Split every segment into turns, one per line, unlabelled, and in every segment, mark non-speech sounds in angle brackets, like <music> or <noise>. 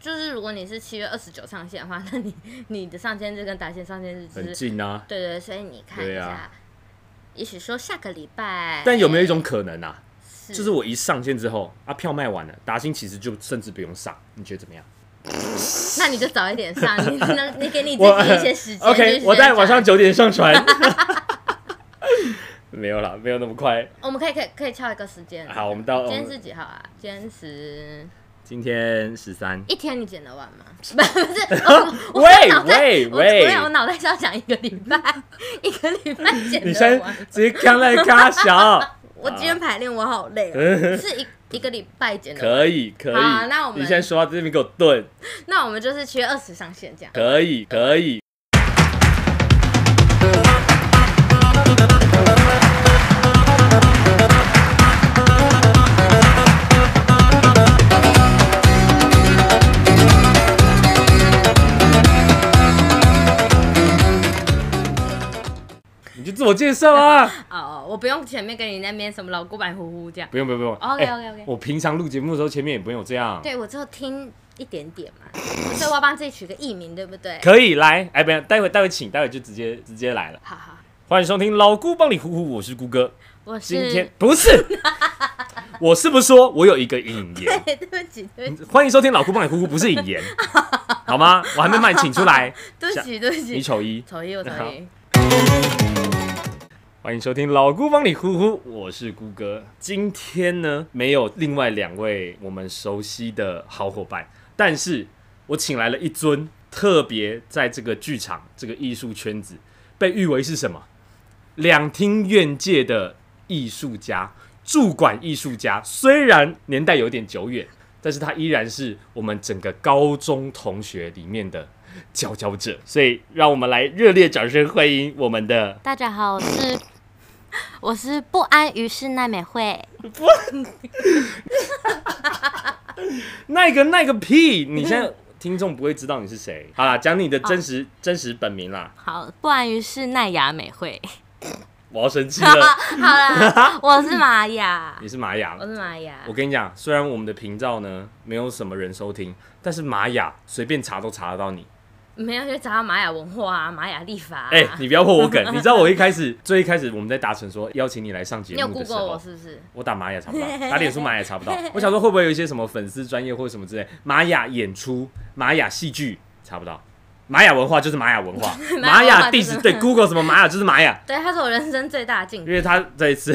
就是如果你是七月二十九上线的话，那你你的上线日跟达线上线日就
很
是
近啊。
对对，所以你看一
对
下，
啊
也许说下个礼拜，
但有没有一种可能啊？
是
就是我一上线之后啊，票卖完了，达兴其实就甚至不用上，你觉得怎么样？
那你就早一点上，
<laughs>
你那你给你自
我
己一些时间。就是时
<laughs> OK，
间
我在晚上
转
九点
<laughs>
上传。没有啦，没有那么快。
我们可以可以可以敲一个时间。
好，我们到
今天是几号啊？今天十
今天十三。
一天，你剪得
<laughs>
完吗？
喂
脑袋
喂
我没
喂
有，！我脑袋是要讲一个礼拜， <laughs> 一个礼拜剪
你
得
先
完。
直接刚来
<laughs>
嘎小，
我今天排练，我好累哦，
<laughs>
是一一个礼拜剪的。
可以可以。
好啊那我们
你先说到这边给我顿，
那我们就是七月二十上线这样。
可以可以。你就自我介绍啊！
哦，我不用前面跟你那边什么老古板呼呼这样。
<laughs> 不用不用不用。
OK，OK，OK
哎我平常录节目的时候，前面也不用这样。
对，我就听一点点
<laughs>
嘛，所以我要帮自己取个艺名，对不对？
可以来，哎，不要，待会待会请，待会就直接直接来了。
好好，
欢迎收听老姑帮你呼呼，我是姑哥。
我
今
是
天不是， <laughs> 我是不是说我有一个引
<laughs>
言？
对，对不起，对不起，
欢迎收听老姑帮你呼呼，不是引言，好吗？我还没把你请出来，
对不起，对不
你
起，
丑一。
丑一，我丑一。
欢迎收听老姑帮你呼呼，我是姑哥。今天呢，没有另外两位我们熟悉的好伙伴，但是我请来了一尊特别在这个剧场、这个艺术圈子被誉为是什么两厅院界的艺术家、驻馆艺术家。虽然年代有点久远，但是他依然是我们整个高中同学里面的佼佼者。所以，让我们来热烈掌声欢迎我们的。
大家好，我是 <laughs> 我是不安于室奈美惠。
那个那个屁！你现在听众不会知道你是谁。好啦，讲你的真实、真实本名啦，
好，不安于室奈雅美惠。啊
我要生气
好
了。 <laughs>
啦，我是玛雅
你。是玛雅
我，是玛雅
我，跟你讲，虽然我们的频道呢没有什么人收听，但是玛雅随便查都查得到你。
没有去查玛雅文化啊，玛雅历法啊。
哎、你不要破我梗！你知道我一开始 <laughs> 最一开始我们在达成说邀请你来上节
你有
目的时
Google 我
候，
是不是？
我打玛雅查不到，打脸书玛雅查不到。我想说会不会有一些什么粉丝专业或者什么之类，玛雅演出、玛雅戏剧查不到。玛雅文化就是玛雅文化，玛雅
就是
diss 对 Google 什么玛雅就是玛雅，
对，他是我人生最大的进
因
步。
为他对 <laughs> 此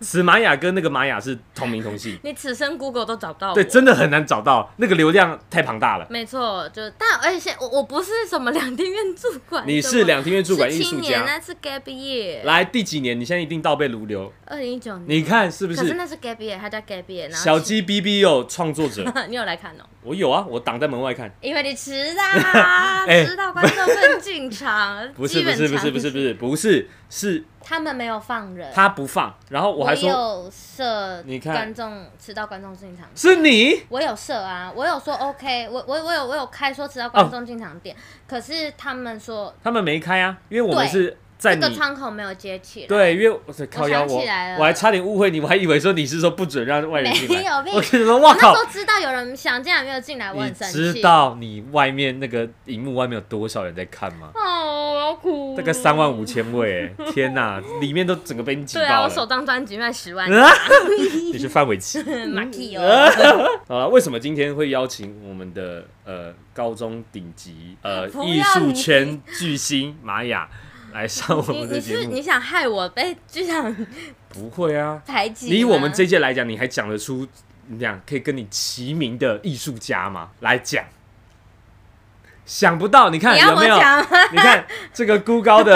此玛雅跟那个玛雅是同名同姓，
你此生 Google 都找不到我。
对，真的很难找到那个流量太庞大了。
没错，就但而且我我不是什么两厅院主管，
你是两厅院驻馆艺术
七年啊
家，
那是 gap year，
啊来第几年？你现在一定倒背如流，
二零一九年。
你看是不
可是
是？
那是 gap year，他叫 gap year，然后
小鸡 B B 有创作
<laughs>
者，
你有来看哦？
我有啊，我挡在门外看。
因为你迟啦，
<laughs> 哎
迟到观众更进场。
<laughs> 不是
基
不
本
是不是
场
不是不是不是是
他们没有放人，
他不放，然后我还说
有设，
你看
观众迟到观众进场。
是你，
我有设啊，我有说 OK，我我我有我有开说迟到观众进场点，可是他们说
他们没开啊，因为我们
对
是在
这
你
个窗口没有接起来，
对，因为我是靠腰
想
我
起来了
我还差点误会你，我还以为说你是说不准让外人进
没
来，
有被
我跟你说，哇
我那
靠
时！候知道有人想进来没有进来，我
你
很生气。
知道你外面那个荧幕外面有多少人在看吗？
哦，我要哭。
大概三万五。千
<laughs>
位、哎，天哪，里面都整个被你挤
对啊，
爆
我首
了。嗯
张专辑卖十万，
你是范玮琪。
<laughs> 马屁
嗯
哦，
好了，为什么今天会邀请我们的呃高中顶级呃
不要
艺术圈巨星玛
<laughs>
雅来上我
你你
们的
是
节目
你？想害我被剧场
不会啊，
排挤吗？
以我们这届来讲，你还讲得出你讲可以跟你齐名的艺术家吗？来讲，想不到，你看
你要
有
我
没有？
讲
<laughs>
吗？
你看这个孤高的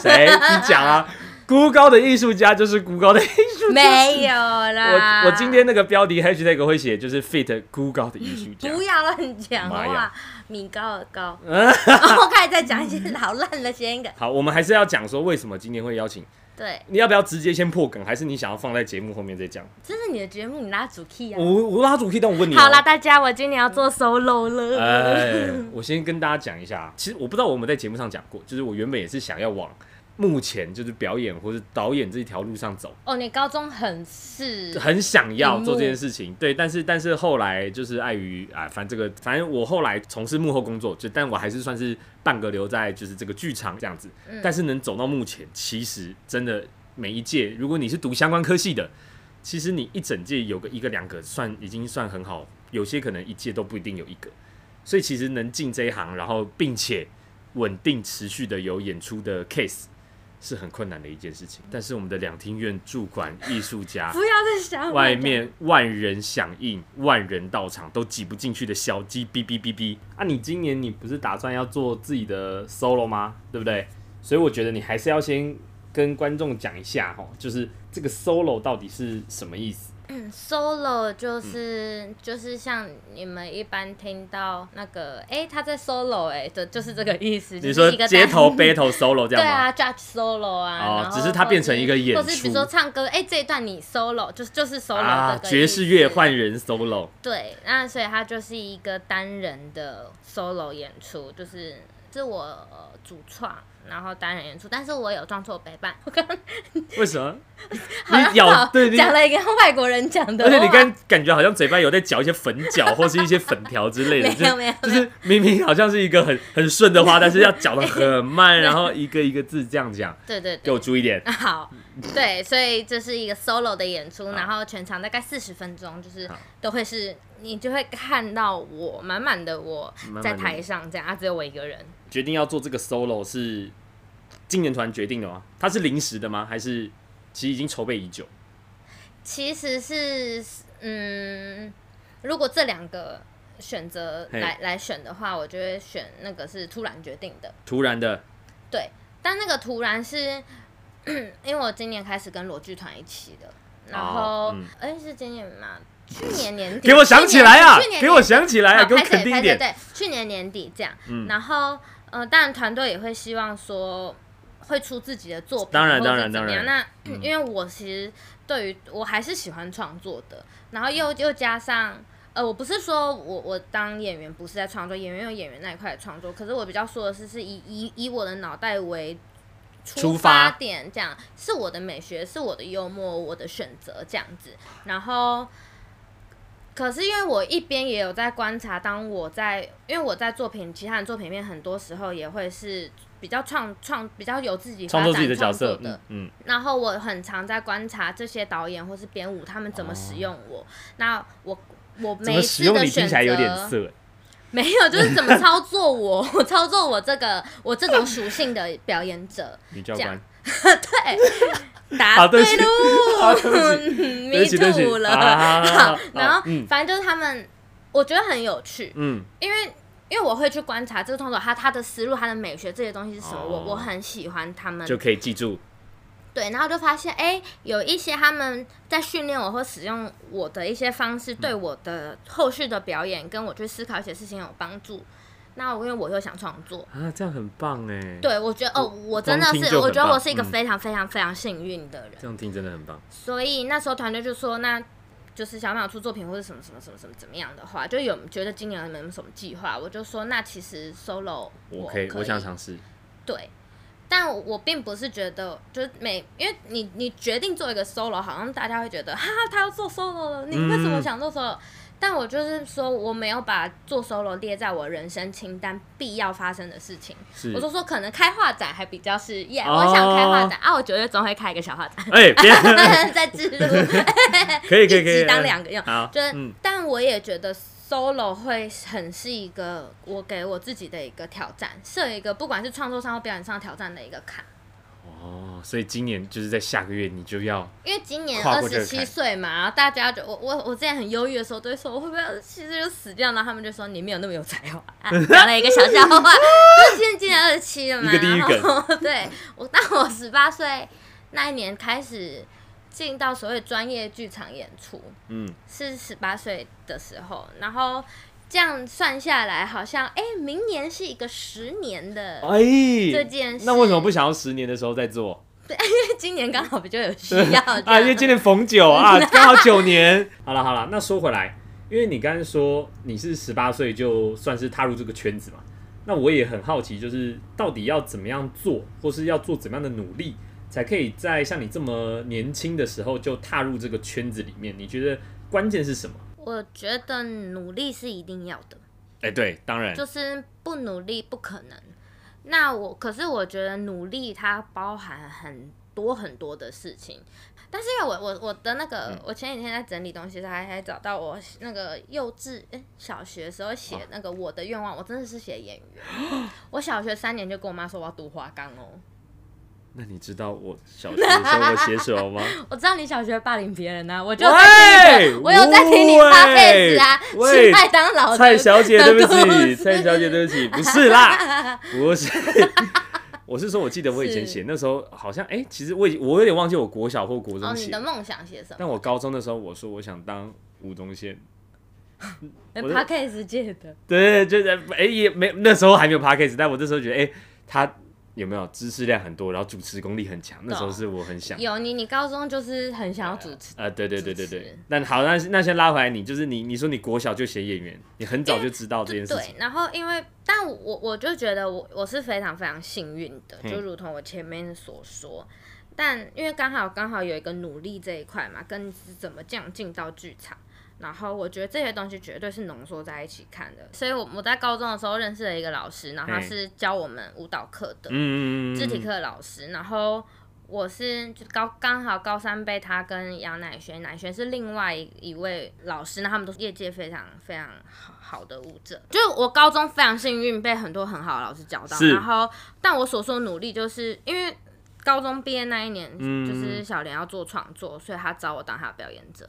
谁？你讲 <laughs> 啊，孤高的艺术家就是孤高的艺术家。
没有啦。
我我今天那个标题 hashtag 会写就是 fit 孤高的艺术家。
不要乱讲
妈
话
呀，嗯
米高尔高， <laughs> 然后开始再讲一些老烂的谐音梗。
好，我们还是要讲说为什么今天会邀请。
对，
你要不要直接先破梗，还是你想要放在节目后面再讲？
这是你的节目，你拉主 key 啊
我。我拉主题，但我问你、哦。嗯
好啦，大家，我今年要做 solo 了。
啊哎，我先跟大家讲一下，其实我不知道我们在节目上讲过，就是我原本也是想要往目前就是表演或者导演这一条路上走，
哦，你高中很是
很想要
荧幕
做这件事情，对，但是但是后来就是碍于啊，反正这个反正我后来从事幕后工作，就但我还是算是半个留在就是这个剧场这样子，但是能走到目前，其实真的每一届，如果你是读相关科系的，其实你一整届有个一个两个算已经算很好，有些可能一届都不一定有一个，所以其实能进这一行，然后并且稳定持续的有演出的 case。是很困难的一件事情，但是我们的两厅院驻馆艺术家
不要再想
<laughs> 外面万人响应、万人到场都挤不进去的小鸡哔哔哔哔。啊，你今年你不是打算要做自己的 solo 吗？对不对？所以我觉得你还是要先跟观众讲一下哦，就是这个 solo 到底是什么意思？
solo 就是、
嗯
就是像你们一般听到那个，哎、他在 solo 哎、的就是这个意思。
你
就
说
是一个
街头
单
battle solo 这
对
样吗？
啊，judge solo 啊，
哦
然后
只是它变成一个演
或是或是比如
出
说唱歌，哎、这一段你 solo 就是就是 solo
啊，
这个
爵士乐换
意思
人 solo，
对，那所以它就是一个单人的 solo 演出，就是是我、呃主创，然后单人演出，但是我有装作陪伴， <laughs> 我刚刚
为什么？
<laughs> 好像
你咬
好
啊对你
讲了一个外国人讲的
而
话，
且你刚感觉好像嘴巴有在嚼一些粉饺或是一些粉条之类的，
<laughs> 没有
就是
没有
就是明明好像是一个很很顺的话，但是要嚼的很
<laughs>
慢，然后一个一个字这样讲，
对对对，
给我注意
<laughs>
点。
好，
嗯
对，所以这是一个 solo 的演出，然后全长大概四十分钟，就是
好
都会是你就会看到我满满的我
满满的
在
你
台上这样，啊，只有我一个人。
决定要做这个 solo 是今年团决定的吗？它是临时的吗？还是其实已经筹备已久？
其实是，嗯，如果这两个选择
嘿
来来选的话，我就会选那个是突然决定的，
突然的
对。但那个突然是， <clears throat> 因为我今年开始跟罗剧团一起的，然后
哦嗯，
哎、是今年吗？去年年底，
给我想起来啊
去年去！年
给我想起来啊！
好，
给我
拍
肯
对
定一
拍对
点。嗯
对，去年年底这样，然后呃，当然团队也会希望说会出自己的作品，
当然
或者
当然嗯
怎么样
当
那、因为我其实对于我还是喜欢创作的，然后
嗯
又又加上。呃，我不是说我我当演员不是在创作，演员有演员那一块的创作，可是我比较说的是是以以以我的脑袋为
出
出发
发
点，这样是我的美学，是我的幽默，我的选择这样子。然后可是因为我一边也有在观察，当我在因为我在作品其他人作品里面，很多时候也会是比较创创比较有自己
创
发
作
展
自己的
创
角
作
色，
的
嗯嗯，
然后我很常在观察这些导演或是编舞他们怎么使用我。那我我
哦怎
每
么
一
使
次
用
的
你
选
听起来有点
择
色？
<laughs> 没有，就是怎么操作我， <laughs> 我操作我这个我这种属性的表演者。
女教
这样
官，
答
啊对
对嗯
不起啊
<laughs>
对不起对
迷
不起对不起
吐了。
啊
好，然
啊
后
嗯
反正就是他们，我觉得很有趣，
嗯，
因为因为我会去观察这个动作，他他的思路、他的美学这些东西是什么，我
哦
我很喜欢他们
就可以记住
对，然后就发现，哎、有一些他们在训练我或使用我的一些方
嗯
式，对我的后续的表演跟我去思考一些事情有帮助。那我因为我又想创作，
啊，这样很棒哎。，
对我觉得哦，我真的
光听
是，
就
我
很
觉得
棒
我是一个
嗯
非常非常非常幸运的人。
这样听真的很棒。
所以那时候团队就说，那就是小马出作品或者什么什么什么什么怎么样的话，就有觉得今年有没有什么计划，我就说那其实 solo
我
可
可以，我想
以
尝试。
对，但我并不是觉得，就是每因为你你决定做一个 solo，好像大家会觉得哈他要做 solo 了，你为
嗯
什么想做 solo？、但我就是说，我没有把做 solo 列在我人生清单必要发生的事情。
是
我就说，可能开画展还比较是耶
哦
我想开画展啊，我九月中会开一个小画展，
<laughs> 哎，别 <laughs>
<laughs> 在制度。
可以可以
<laughs> 一
可以，
集当
嗯
两个用
好，
就是，
嗯
但我也觉得 solo 会很是一个我给我自己的一个挑战，设一个不管是创作上或表演上挑战的一个坎。
哦，所以今年就是在下个月你就要
因为今年
跨
二
过这个
十
坎
七岁嘛，然后大家就我我我之前很忧郁的时候，都会说我会不会其实就死掉，然后他们就说你没有那么有才华，
<laughs>
啊、讲了一个小笑话，就是现在今年二十七了嘛，
一个地狱梗
然后 <laughs> 对我，当我十八岁那一年开始进到所谓专业剧场演出，
嗯，
是十八岁的时候，然后这样算下来，好像哎、明年是一个十年的，
哎，
这件事 <laughs>
那为什么不想要十年的时候再做？
因为今年刚好比较有需要这
啊，
样
因为今年逢
<laughs>
九啊，刚好九年。好了好了，那说回来，因为你刚刚说你是十八岁就算是踏入这个圈子嘛，那我也很好奇，就是到底要怎么样做，或是要做怎么样的努力，才可以在像你这么年轻的时候就踏入这个圈子里面？你觉得关键是什么？
我觉得努力是一定要的，
哎、对，当然
就是不努力不可能。那我可是我觉得努力它包含很多很多的事情，但是因为我我我的那个、
嗯
我前几天在整理东西的时候，还还找到我那个幼稚哎、小学的时候
哦
写那个我的愿望，我真的是写演员。
<laughs>
我小学三年就跟我妈说我要读花岗哦，
那你知道我小学的时候我写什么吗？
我知道你小学霸凌别人啊，我就有在听你的，
喂
我有在听你
喂
发 c a 啊，
喂
吃麦当劳的
蔡小姐，对不
的故
起，
事
蔡小姐，对不起，不是啦，不是。 <laughs> 我是说，我记得我以前
是
写那时候好像，哎、其实我已我有点忘记我国小或国
哦，
中
你
写，
的梦想写什么？
但我高中的时候我说我想当吴宗宪，
哎
我的
podcast 界的，
对，就是哎、也没那时候还没有 p a c k a g e 但我那时候觉得哎、他有没有知识量很多，然后主持功力很强，那时候是我很想。
有你，你高中就是很想要主持，
啊、对对对对
主
对
持，
那好，那那先拉回来你，就是你，你说你国小就写演员，你很早就知道这件事
对
情，。
然后因为，但我我就觉得我我是非常非常幸运的，
嗯
就如同我前面所说。但因为刚好刚好有一个努力这一块嘛，跟你是怎么这样进到剧场，然后我觉得这些东西绝对是浓缩在一起看的。所以我我在高中的时候认识了一个老师，然后他
嘿
是教我们舞蹈课的，
嗯，
肢体课老师，然后我是就高刚好高三被他跟杨乃轩，乃轩是另外一一位老师，那他们都是业界非常非常好好的舞者。就是我高中非常幸运被很多很好的老师教到，
是
然后但我所说的努力就是因为。高中毕业那一年，
嗯
就是小莲要做创作，所以他找我当他的表演者。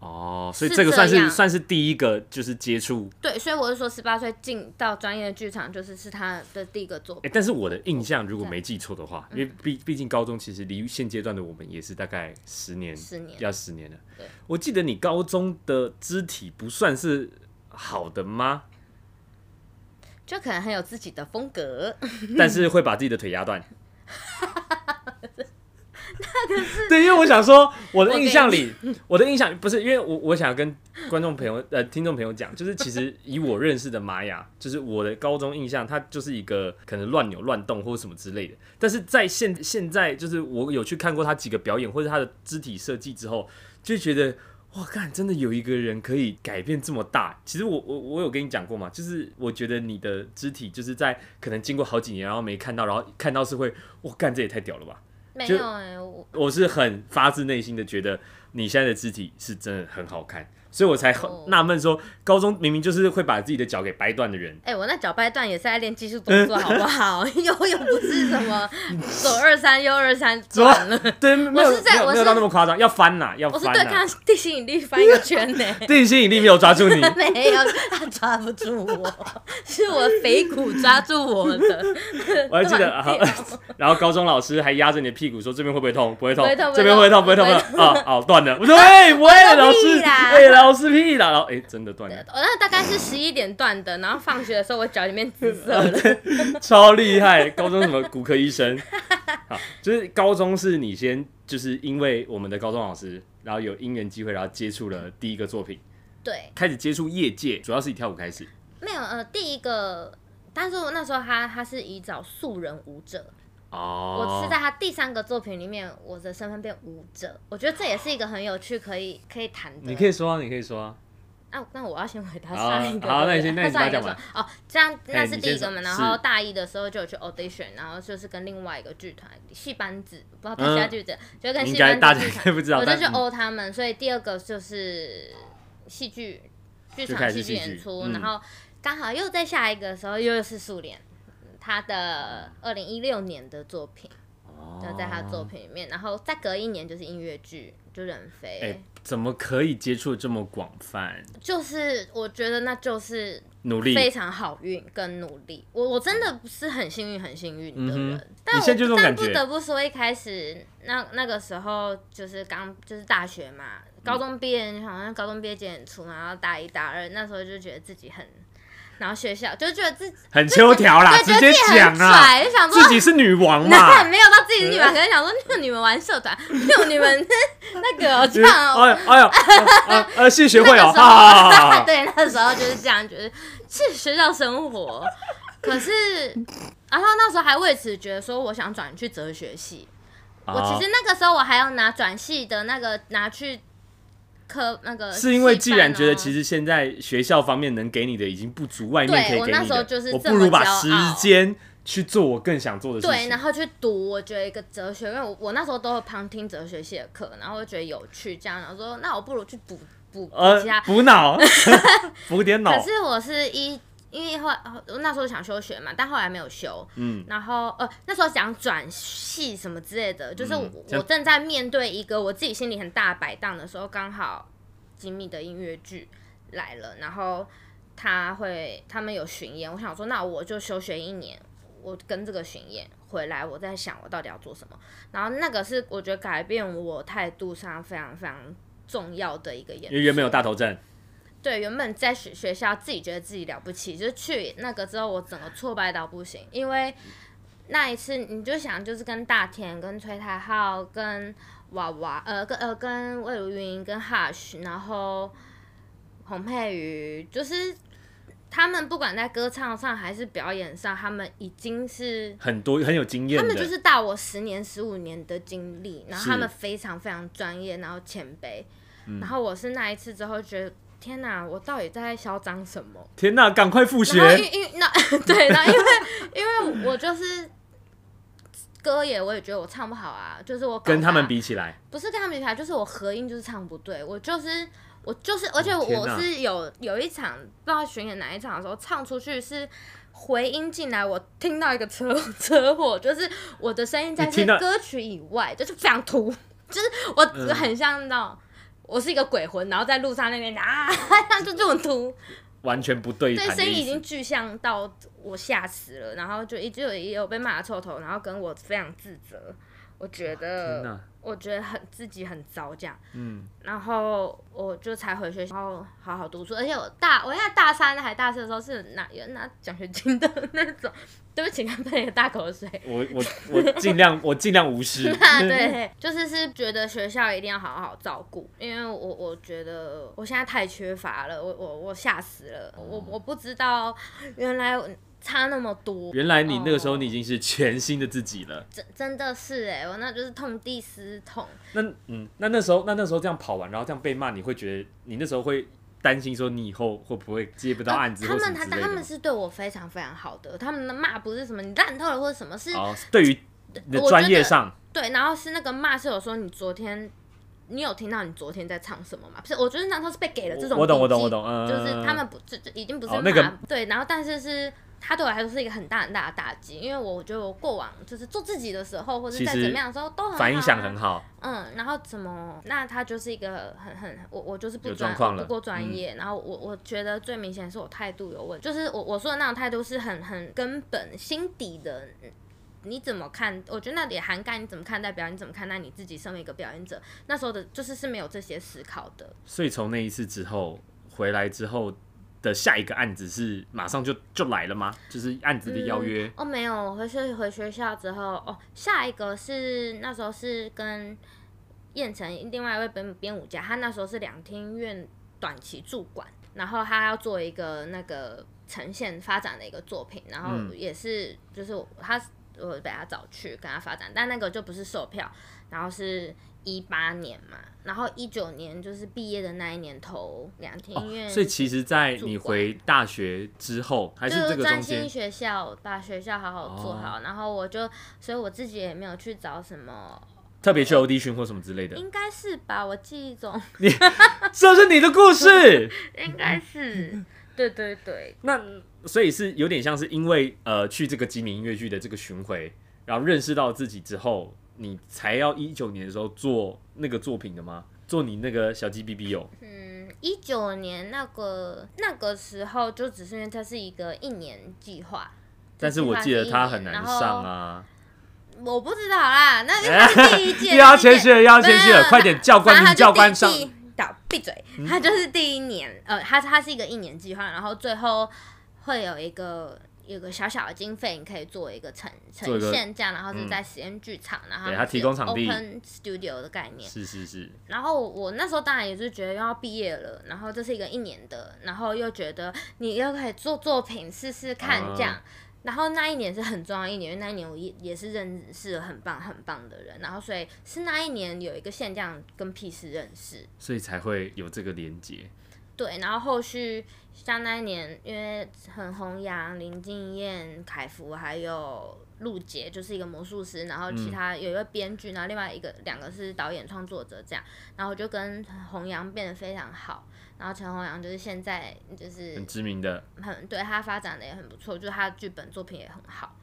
哦，所以
是
这个算
这
是
样
算是第一个就是接触。
对，所以我是说，十八岁进到专业剧场，就是是他的第一个作
哎、
品。
但是我的印象如果没记错的话，因为毕毕竟高中其实离现阶段的我们也是大概十年，
十年
要十年了
对。
我记得你高中的肢体不算是好的吗？
就可能很有自己的风格。 <laughs>
但是会把自己的腿压断。对，因为我想说，我的印象里，我的印象不是因为我我想跟观众朋友呃听众朋友讲，就是其实以我认识的玛雅，就是我的高中印象，她就是一个可能乱扭乱动或什么之类的。但是在现现在，就是我有去看过她几个表演或者她的肢体设计之后，就觉得哇，看真的有一个人可以改变这么大。其实我我我有跟你讲过嘛，就是我觉得你的肢体就是在可能经过好几年，然后没看到，然后看到是会，哇，干这也太屌了吧！
没
就
有哎、我
我是很发自内心的觉得你现在的肢体是真的很好看，所以我才很
哦
纳闷说，高中明明就是会把自己的脚给掰断
<laughs>
的人，
哎、我那脚掰断也是在练技术动作，好不好？ <laughs> 又又不是什
<laughs>
么左二三右二三转了，
对，没有
我是在
没有
我是
没有到那么夸张，要翻啦，要
我是
翻啊
对抗
啦，
地心引力翻一个圈呢、 <laughs>
地心引力没有抓住你，
没有，他抓不住我，是我肥骨抓住我的。
<laughs> 我还记得，
断
啊
掉
然后高中老师还压着你的屁股说这边会不会痛？不会痛
不会痛，
这边会痛，不
不
会
会
痛
痛
不会痛啊！好断了，我说哎喂喂，老师，
屁啦
喂老师屁啦，然后哎真的断了，
我那大概是十一点断的，然后放学的时候我脚里面紫色
<laughs> 哦
了。
超厉害！高中什么骨科医生， <laughs> 好，就是高中是你先就是因为我们的高中老师，然后有因缘机会，然后接触了第一个作品，
对，
开始接触业界，主要是以跳舞开始。
没有呃，第一个，但是我那时候他他是以找素人舞者，我
哦
是在他第三个作品里面，我的身份变舞者，我觉得这也是一个很有趣可以可以谈的。
你可以说啊，你可以说啊，
啊，那我要先回答
好
上一个。
好
对
那你
不对
先那
<laughs>
你
上一
先
个
把它
说哦，这样那
哎
是
你
第一
先
个嘛。
说
然
是
后大一的时候就有去 audition，然后就是跟另外一个剧团戏班子，不知道大家
嗯
记不记得，就跟
应
戏
该
班
大家
子
应
剧
该
团，
不知道，
我就
但嗯
去欧他们，所以第二个就是戏剧剧
就开
场
始
戏剧
戏剧
演出，
嗯
然后刚好又在下一个的时候又是苏联。他的二零一六年的作品，就在他的作
哦
品里面，然后再隔一年就是音乐剧，就任飞。
哎、怎么可以接触这么广泛？
就是我觉得那就是
努力，
非常好运跟努力，我我真的不是很幸运很幸运的人，
嗯哼
但
你
我
现在就这种
但
感觉
不得不说，一开始那那个时候就是刚就是大学嘛，
嗯
高中毕业好像高中毕业检演出嘛，然后大一大二那时候就觉得自己很，然后学校就觉得自己
很秋条啦，
就
直
觉
接
得自己
讲
很
啊，
拽，就想说
自己是女
<laughs>
王
那
<laughs> 嘛。
没有到自己的地
嗯
方，可能想说，就你们玩社团， <laughs> 就你们那个我唱
哎呦哎呦，
<laughs>
呃呃，谢学会
那
哦，
个时候
啊，
对，那时候就是这样，觉得是学校生活。可是，然后那时候还为此觉得说，我想转去哲学系。我
啊
其实那个时候我还要拿转系的那个拿去科那个、啊
是因为既然觉得其
实。
实现在学校方面能给你的已经不足，外面
对
可以
我
给
那
你
时候
的，
就是
我
这
不
么
如把
骄
时
傲
间去做我更想做的事情。
对，然后去读，我觉得一个哲学，因为我我那时候都会旁听哲学系的课，然后我就觉得有趣，这样，然后说那我不如去补补补
呃
其他，
补
<laughs>
脑， <laughs> 补点脑
可，是我是一，因为后来我那时候想休学嘛，但后来没有休。
嗯，
然后呃，那时候想转系什么之类的，就是
嗯
我,、
这
我
样
正在面对一个我自己心里很大的摆荡的时候，刚好吉米的音乐剧来了，然后他会他们有巡演，我想说那我就休学一年，我跟这个巡演回来，我在想我到底要做什么。然后那个是我觉得改变我态度上非常非常重要的一个演
因为原本有大头症，
对，原本在学学校自己觉得自己了不起，就是去那个之后，我整个挫败到不行，因为那一次你就想，就是跟大田、跟崔台浩、跟娃娃，呃，跟呃跟魏如云、跟 Hush，然后洪佩瑜，就是他们不管在歌唱上还是表演上，他们已经是。
很多很有经验
他
的，
们就是大我十年、十五年的经历，然后
是嗯
他们非常非常专业，然后谦卑。然后我是那一次之后觉得，天哪，我到底在嚣张什么？
天哪，赶快复
然后
学，
因因那 <laughs> 对，然后因为因为我就是歌也，我也觉得我唱不好啊，就是我搞
跟他们
砸
比起来，
不是跟他们比起来，就是我合音就是唱不对，我就是我就是，而且
哦天
我
哪
是有有一场不知道巡演哪一场的时候，唱出去是回音进来，我听到一个车 <laughs> 车祸，就是我的声音在
你
是
听到
歌曲以外，就是非常突，就是我很像那种。我是一个鬼魂，然后在路上那边啊， <laughs> 那就这种突，
完全不对
对
盘
声
的
音已
意
经
思。
具象到我吓死了，然后就一直有也有被骂臭头，然后跟我非常自责，我觉
天
得
哪，
我觉得很自己很糟这样，
嗯，
然后我就才回学校，然后好好读书。而且我大，我现在大三还大四的时候是拿有拿奖学金的那种。对不起，刚喷了大口水。
我我我尽量我尽量无视，
啊， <laughs> 对，就是是觉得学校一定要好好照顾，因为我我觉得我现在太缺乏了，我我我吓死了，我我不知道原来差那么多，
原来你那个时候
哦
你已经是全新的自己了。
真真的是哎、我那就是痛定思痛，
那嗯，那那时候那那时候这样跑完，然后这样被骂，你会觉得你那时候会担心说你以后会不会接不到案子
啊他
或什
们
么
他
之类的
他们
吗？
是对我非常非常好的，他们的骂不是什么你烂透了或者什么，是
哦，对于你的
我
专
觉
业
得
上，
对，然后是那个骂是有说你昨天，你有听到你昨天在唱什么吗？不是，我觉得那时候是被给了这种
我我懂
笔
我懂
记
我懂嗯
就是他们不就就已经不是骂、
哦那个
对，然后但是是。他对我来说是一个很大很大的打击，因为我觉得我过往就是做自己的时候，或者
其
在
实
怎么样的时候都很好、啊，
反应想很好，
嗯，然后怎么？那他就是一个很很我我就是不
有
专
状况
我
了嗯
不够专业。然后我我觉得最明显是我态度有问题，就是我我说的那种态度是很很根本心底的。嗯你怎么看？我觉得那里涵盖你怎么看待表演，你怎么看待你自己身为一个表演者，那时候的就是是没有这些思考的。
所以从那一次之后回来之后的下一个案子是马上就就来了吗？就是案子的邀约
嗯、哦，没有，回去回学校之后，哦，下一个是那时候是跟燕城另外一位编编舞家，他那时候是两厅院短期驻馆，然后他要做一个那个呈现发展的一个作品，然后
嗯
也是就是我他我被他找去跟他发展，但那个就不是售票，然后是。一八年嘛，然后一九年就是毕业的那一年投两厅院、
哦，所以其实，在你
嗯主管
回大学之后，还是
就
这个中
专
间哦
心学校，把学校好好做好，然后我就，所以我自己也没有去找什么，
特别去 audition 或什么之类的，
应该是吧？我记忆
<laughs>
中
这是你的
<laughs>
故事。
应该是，
<laughs>
对对对，
那所以是有点像是因为呃去这个吉米音乐剧的这个巡回，然后认识到自己之后，你才要一九年的时候做那个作品的吗？做你那个小鸡 B B 哦，
嗯，一九年那个那个时候，就只是因为它是一个一年计划，
但是我记得它很难
然
上
后
啊。
我不知道啦，那因为它是第一
<laughs>
届，
又要谦虚了，又要谦虚
没有
了
没，有
快点教
反正他
官，
就
教官上嗯
第。一倒闭嘴，他就是第一年，呃，他他是一个一年计划，然后最后会有一个有个小小的经费，你可以做一个呈呈
做一个嗯
现这样，然后是在实验剧场，然后
对
们
他
是
提
有
供场地
open studio 的概念。
是是是，
然后我我那时候当然也是觉得要毕业了，然后这是一个一年的，然后又觉得你又可以做作品试试看
啊
这样，然后那一年是很重要的一年，因为那一年我也也是认识了很棒很棒的人，然后所以是那一年有一个现象跟屁事认识，
所以才会有这个连接。
对，然后后续像那一年，因为很弘扬林敬燕、凯福还有陆杰，就是一个魔术师，然后
嗯
其他有一个编剧，然后另外一个两个是导演创作者这样，然后我就跟弘扬变得非常好，然后陈弘扬就是现在就是
很知名的，
很对他发展的也很不错，就是他的剧本作品也很好，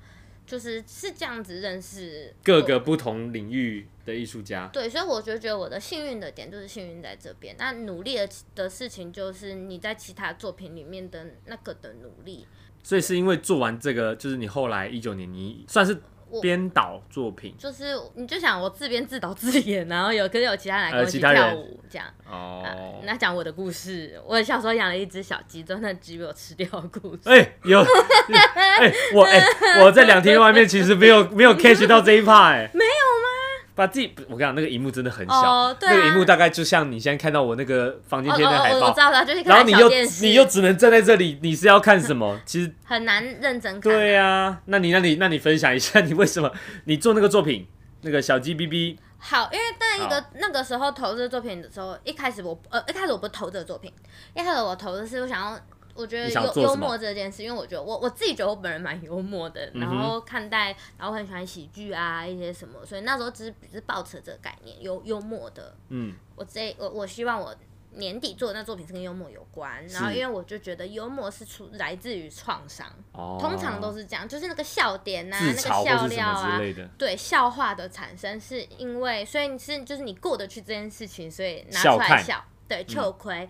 就是是这样子认识
各
我
个不同领域的艺术家，
对，所以我就觉得我的幸运的点就是幸运在这边。那努力的的事情就是你在其他作品里面的那个的努力。
所以是因为做完这个，就是你后来一九年你算是
我
编导作品
就是你就想我自编自导自演，然后有跟有其他人来跟
呃
我一起
其他人
跳舞这样。
哦
那讲我的故事，我小时候养了一只小鸡，真的鸡被我吃掉的故事。
哎、有， <laughs> 哎、我哎、我在两天外面其实没有没有 catch 到这一 part，哎、没有吗？把自己，我跟你讲，那个荧幕真的很小，
哦对啊
那个荧幕大概就像你现在看到我那个房间
哦
贴的海
哦，我
报，
我知道了，就是
然后
看
你
小
又
电视，
你又只能站在这里，你是要看什么？
<laughs>
其实
很难认真看。
对啊，那你那你那你分享一下， <laughs> 你为什么你做那个作品，那个小鸡哔哔，
好，因为那一个
好
那个时候投这个作品的时候，一开始我呃一开始我不是投这个作品，一开始我投的是我想要，我觉得
你想
幽
做
幽
什么
默这件事，因为我觉得我我自己觉得我本人蛮幽默的，
嗯哼
然后看待，然后我很喜欢喜剧啊一些什么，所以那时候只是只是抱持这个概念，幽幽默的，
嗯，
我这我我希望我。年底做的那作品是跟幽默有关，然后因为我就觉得幽默是出来自于创伤，
哦，
通常都是这样，就是那个笑点呐、
自
那个
嘲
笑
或是什
料
么
啊
之，
<laughs>
类的，哦
对笑话的产生，是因为所以你是就是你过得去这件事情，所以拿
笑
出来
看嗯
笑，对，臭亏。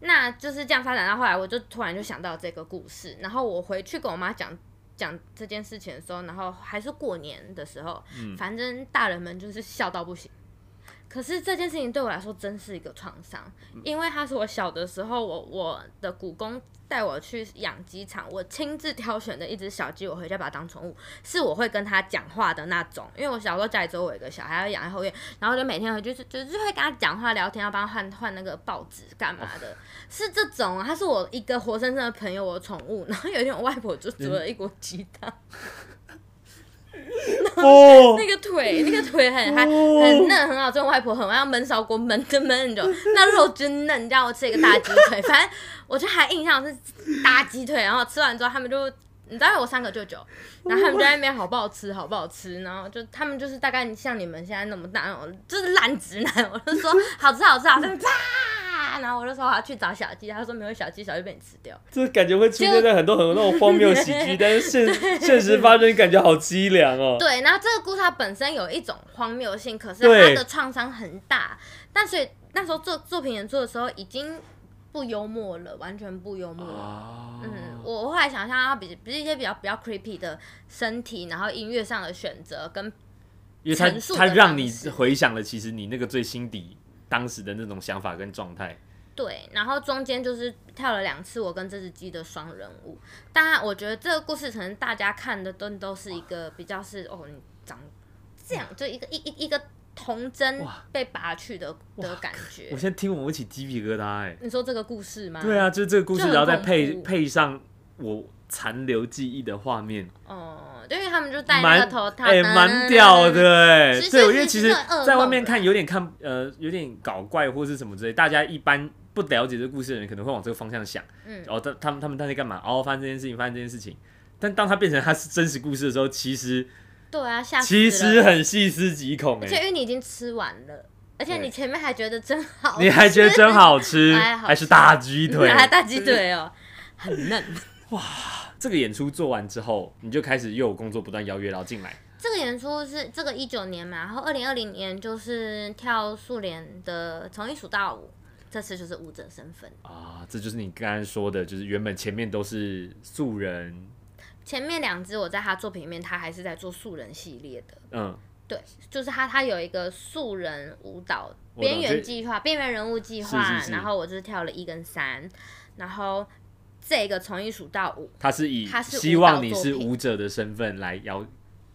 那就是这样发展到后来，我就突然就想到这个故事，然后我回去跟我妈讲讲这件事情的时候，然后还是过年的时候，
嗯
反正大人们就是笑到不行。可是这件事情对我来说真是一个创伤，
嗯
因为它是我小的时候，我我的古公带我去养鸡场，我亲自挑选的一只小鸡，我回家把它当宠物，是我会跟它讲话的那种。因为我小时候家里只有我一个小孩要养在后院，然后就每天回去就就是会跟他讲话聊天，要帮他换换那个报纸干嘛的，是这种、啊。他是我一个活生生的朋友，我的宠物。然后有一天我外婆就煮了一锅鸡汤，
哦，
那个腿，那个腿很还
哦
很嫩，很好吃。我外婆很爱用焖烧锅焖着焖很久，那肉真嫩。你知道我吃一个大鸡腿，反正我就还印象是大鸡腿。然后吃完之后，他们就。你知道有我三个舅舅，然后他们就在那边好不好吃，好不好吃，然后就他们就是大概像你们现在那么大那种，就是烂直男。我就说好吃好吃，好吃，啪！然后我就说我要去找小鸡，他说没有小鸡，小鸡被你吃掉。
这感觉会出现在很多很多那种荒谬喜
<laughs>
剧，但是现现实发生感觉好凄凉哦。
对，然后这个故事它本身有一种荒谬性，可是
对
它的创伤很大。但所以那时候做作品演出的时候，已经不幽默了，完全不幽默了。
啊，
嗯，我后来想象它比比是一些比较比较 creepy 的身体，然后音乐上的选择跟
因为他
陈述的
他让你
方式
回想了，其实你那个最心底当时的那种想法跟状态，
对，然后中间就是跳了两次我跟这只鸡的双人舞。当然，我觉得这个故事可能大家看的都都是一个比较是哦，你长这样就一个一一一个童真
哇
被拔去的的感觉
我。现在听我起鸡皮疙瘩哎、
你说这个故事吗？
对，啊，就是这个故
就嗯
事，
很
然后再
恐
配
怖
配上我残留记忆的画面，
哦、对，因为他们就戴那
蛮
个 <laughs> 头套，
哎蛮屌的
<laughs>
哎、
其实
对，
是
我因为其
是是
实
噩梦啊
在外面看有点看呃有点搞怪或是什么之类，大家一般不了解这个故事的人可能会往这个方向想，
嗯
然后他他们他们到底干嘛？哦，发生这件事情，发生这件事情。但当它变成它是真实故事的时候，其实
对啊，吓死
其实
了，
很细思极恐哎、
而且因为你已经吃完了，而且
对
你前面还觉得真好吃，
你还觉得真
<laughs>
好吃，
哎好吃
还是大鸡腿？
还大鸡腿哦，很嫩。
这个演出做完之后，你就开始又有工作不断邀约，然后进来。
这个演出是这个一九年嘛，然后二零二零年就是跳素联的从一数到五，这次就是舞者身份。
啊，这就是你刚刚说的，就是原本前面都是素人，
前面两支我在他作品里面，他还是在做素人系列的，
嗯，
对，就是他他有一个素人舞蹈
我懂
边
这
缘计划、边缘人物计划，
是是是
然后我就是跳了一跟三，然后这个从一数到五，
他是以
他是舞蹈
希望你是
作品
舞者的身份来邀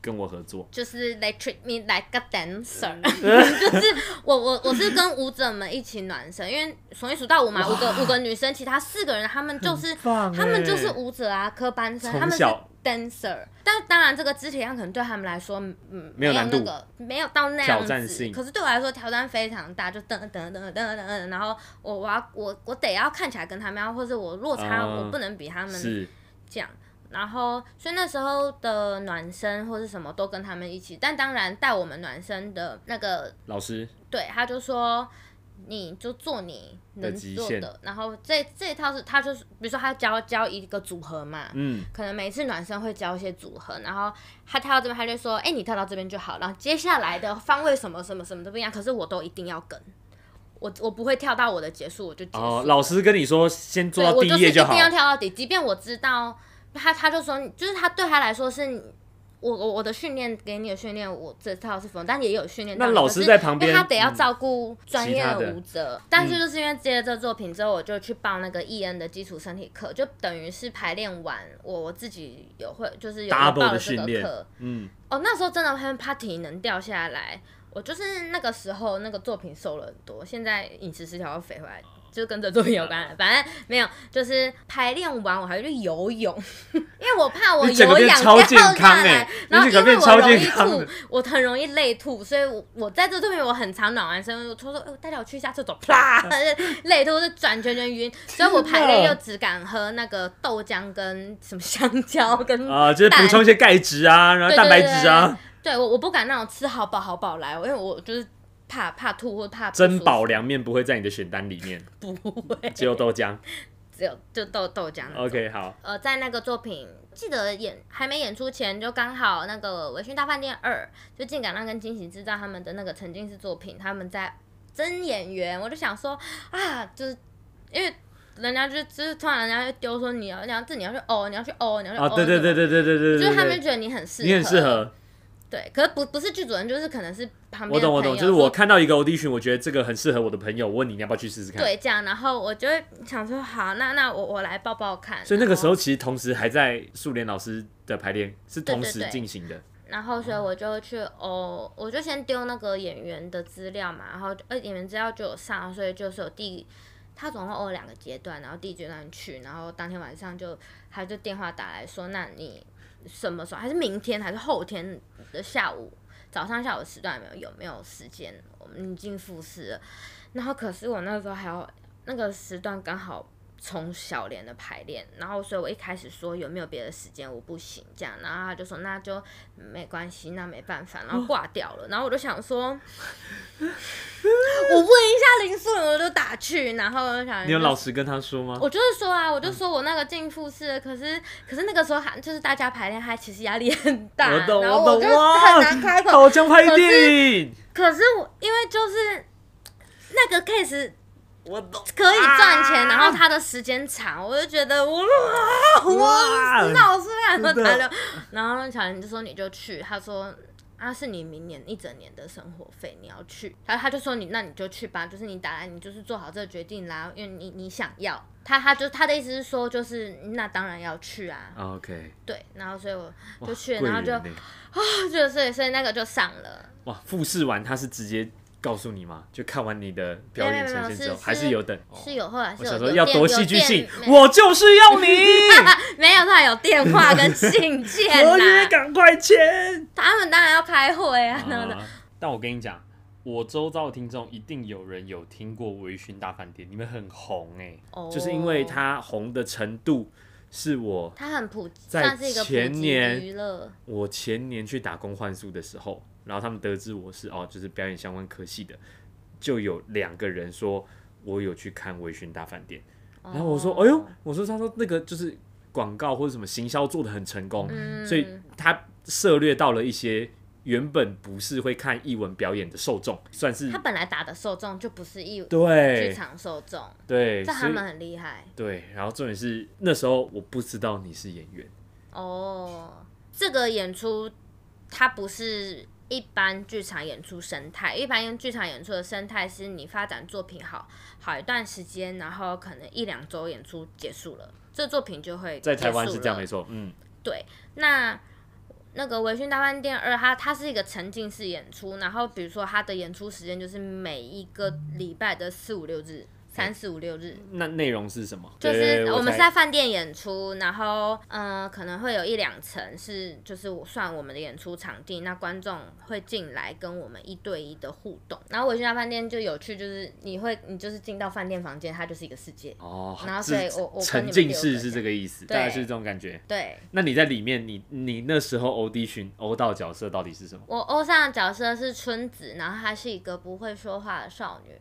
跟我合作。
就是 they treat me like a dancer，就是
嗯
<laughs> 我我我是跟舞者们一起暖身，因为从一数到五嘛，五个五个女生，其他四个人他们
<laughs>
就是
很棒欸
他们就是舞者啊，科班生，
从
他们是
小
dancer。但当然这个肢体上可能对他们来说，嗯，没
没有
有
难度
那个没有到那
挑
样子，
战性
可是对呃我来说挑战非常大，就噔噔噔噔噔噔，然后我我要我我得要看起来跟他们一样，或者我落差、
嗯
我不能比他们
是，
这样。然后，所以那时候的暖身或是什么都跟他们一起，但当然带我们暖身的那个，
老师
对，他就说你就做你
的
能
极
做
限
的。然后这这一套是他就是，比如说他教教一个组合嘛，
嗯，
可能每次暖身会教一些组合，然后他跳到这边，他就说：“哎、你跳到这边就好。”然后接下来的方位什么什么什么都不一样，可是我都一定要跟，我我不会跳到我的结束我就结束了。
哦，老师跟你说先做到第
对我
页
就是一
好
定，要跳到底，即便我知道他，他就说，嗯就是他对他来说是你。我我我的训练给你的训练，我这套是否？但也有训练到
那
你。
老
可
师
是
在旁边
因为他得要
嗯
照顾专业
其他的嗯
的舞者。但是就是因为接了这作品之后，我就去报那个 E N 的基础身体课，就等于是排练完，我我自己有会就是有
Double
报
的
了这
训
个
练
课。
嗯，
哦，那时候真的很怕体能掉下来。我就是那个时候那个作品瘦了很多，现在饮食失调又肥回
哦
来，就跟这作品
嗯
有关了。反正没有，就是排练完我还去游泳， <laughs> 因为我怕我
你整个
有
变
氧
超
掉
健康
下来，
欸
然后
你整
因
个
为
变
我
超
容
健
易
康欸
吐
的，
我很容易累吐，所以我我在这作品我很常暖完身，我就说，哎、我带着我去一下厕所，啪，
<laughs>
累吐就转圈圈晕，所以我排
天
练
哪
又只敢喝那个豆浆跟什么香蕉跟
啊，就是补
蛋
充一些钙质啊，然
对
后蛋白质啊，。
对对对对我我不敢那种吃好饱好饱来，因为我就是怕怕吐或怕不舒
珍
服
宝凉面不会在你的选单里面，
<laughs> 不会，
只有豆浆。
只有就豆豆浆那种。
OK，好，
呃，在那个作品记得演还没演出前，就刚好那个《微醺大饭店二》就进港浪跟惊喜制造他们的那个沉浸式作品，他们在真演员，我就想说啊，就是因为人家就就是突然人家就丢说你要你要这你要去哦你要去哦你要去
啊，
哦，
对对对，对对对对对，
就是他
对
们觉得你很适合，
你很适合，
对，可是不不是剧组人，就是可能是旁边
我
的
懂我
朋
懂，
友
就是我
说
看到一个 audition，我觉得这个很适合我的朋友，我问你你要不要去试试看。
对这样，然后我就会想说好，那那我我来抱抱看。
所以那个时候
然后，
其实同时还在素莲老师的排练是同
对
时
对对
进行的，
然后所以我就去哦，我就先丢那个演员的资料嘛，然后呃演员资料就有上，所以就是有第。他总共有两个阶段，然后第一阶段去，然后当天晚上就他就电话打来说，那你什么时候？还是明天还是后天的下午？早上、下午时段有没有有没有时间？我们已经复试了，然后可是我那时候还要那个时段刚好从小连的排练，然后所以我一开始说有没有别的时间我不行这样，然后他就说那就没关系，那没办法，然后挂掉了，然后我就想说， <laughs> 我问一下林素荣，我就打去，然后我就想
你有
就
老实跟他说吗？
我就是说啊，我
嗯
就说我那个进复试了，可是可是那个时候还就是大家排练，他其实压力很大，
我懂
然后
懂
就
哇，
很难开口。
好像拍
可
电影，
可是我因为就是那个 case
我懂，
可以赚钱，
啊
然后他的时间长，我就觉得我
啊
哇，我脑子两个
真
打
的
了。然后小林就说你就去，他说。啊，是你明年一整年的生活费，你要去。他他就说你，那你就去吧，就是你打来，你就是做好这个决定啦，因为你你想要。他他就他的意思是说，就是那当然要去啊，
OK，
对。然后所以我
哇
就去了，
贵
然后就
人呢
<laughs> 就所以所以那个就上了。
哇，复试完他是直接告诉你吗？就看完你的表演
没有没有
呈
没有
现
是
之后，
是
还是有等？哦
是有后来是
我
有
想说
有
要
电
多
有
戏剧
电
性，
没
我就是要你，
<laughs> 没有，他有电话跟信件
<laughs> 我
啦
也。赶
<laughs>
快签。
他们当然要开会啊，那的。
啊但我跟你讲，我周遭的听众一定有人有听过《微醺大饭店》，你们很红哎、
哦
就是因为它红的程度是我
他很普及，
在
算是一个普及
前年
娱乐。
我前年去打工换宿的时候，然后他们得知我是哦，就是表演相关科系的，就有两个人说我有去看《微醺大饭店》，然后我说
哦
哎呦，，我说他说那个就是广告或者什么行销做的很成功，
嗯
哎所以他涉略到了一些原本不是会看艺文表演的受众，算是
他本来打的受众就不是艺剧
对
场受众，
对，
这他
所以
们很厉害
对，然后重点是那时候我不知道你是演员，
哦。这个演出它不是一般剧场演出生态，一般剧场演出的生态是你发展作品好好一段时间，然后可能一两周演出结束了，这作品就会
在台湾
结束
是这样
了
没错，嗯，
对，那那个《微醺大饭店二》它，它是一个沉浸式演出，然后比如说它的演出时间就是每一个礼拜的四五六日，三四五六日。
那内容是什么？
就是
嗯对
我们是
才
在饭店演出，然后嗯、呃可能会有一两层是就是我算我们的演出场地，那观众会进来跟我们一对一的互动。然后我去那饭店就有趣，就是你会你就是进到饭店房间，它就是一个世界，
哦，
然后
是
所以我我跟你
沉
们
浸
六
式
个
是
人
这个意思，
对
大概是这种感觉。
对。
那你在里面，你你那时候 audition 欧到角色到底是什么？
我欧上的角色是春子，然后她是一个不会说话的少女，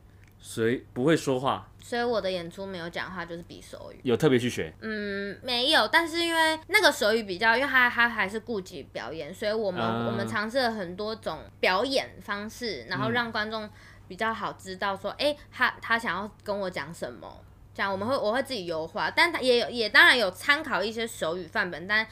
谁不会说话？
所以我的演出没有讲话，就是比手语。
有特别去学？
嗯，没有，但是因为那个手语比较，因为他他还是顾及表演，所以我们、
嗯
我们尝试了很多种表演方式，然后
嗯
让观众比较好知道说，哎、他他想要跟我讲什么。这样我们会我会自己优化，但他也有也当然有参考一些手语范本，但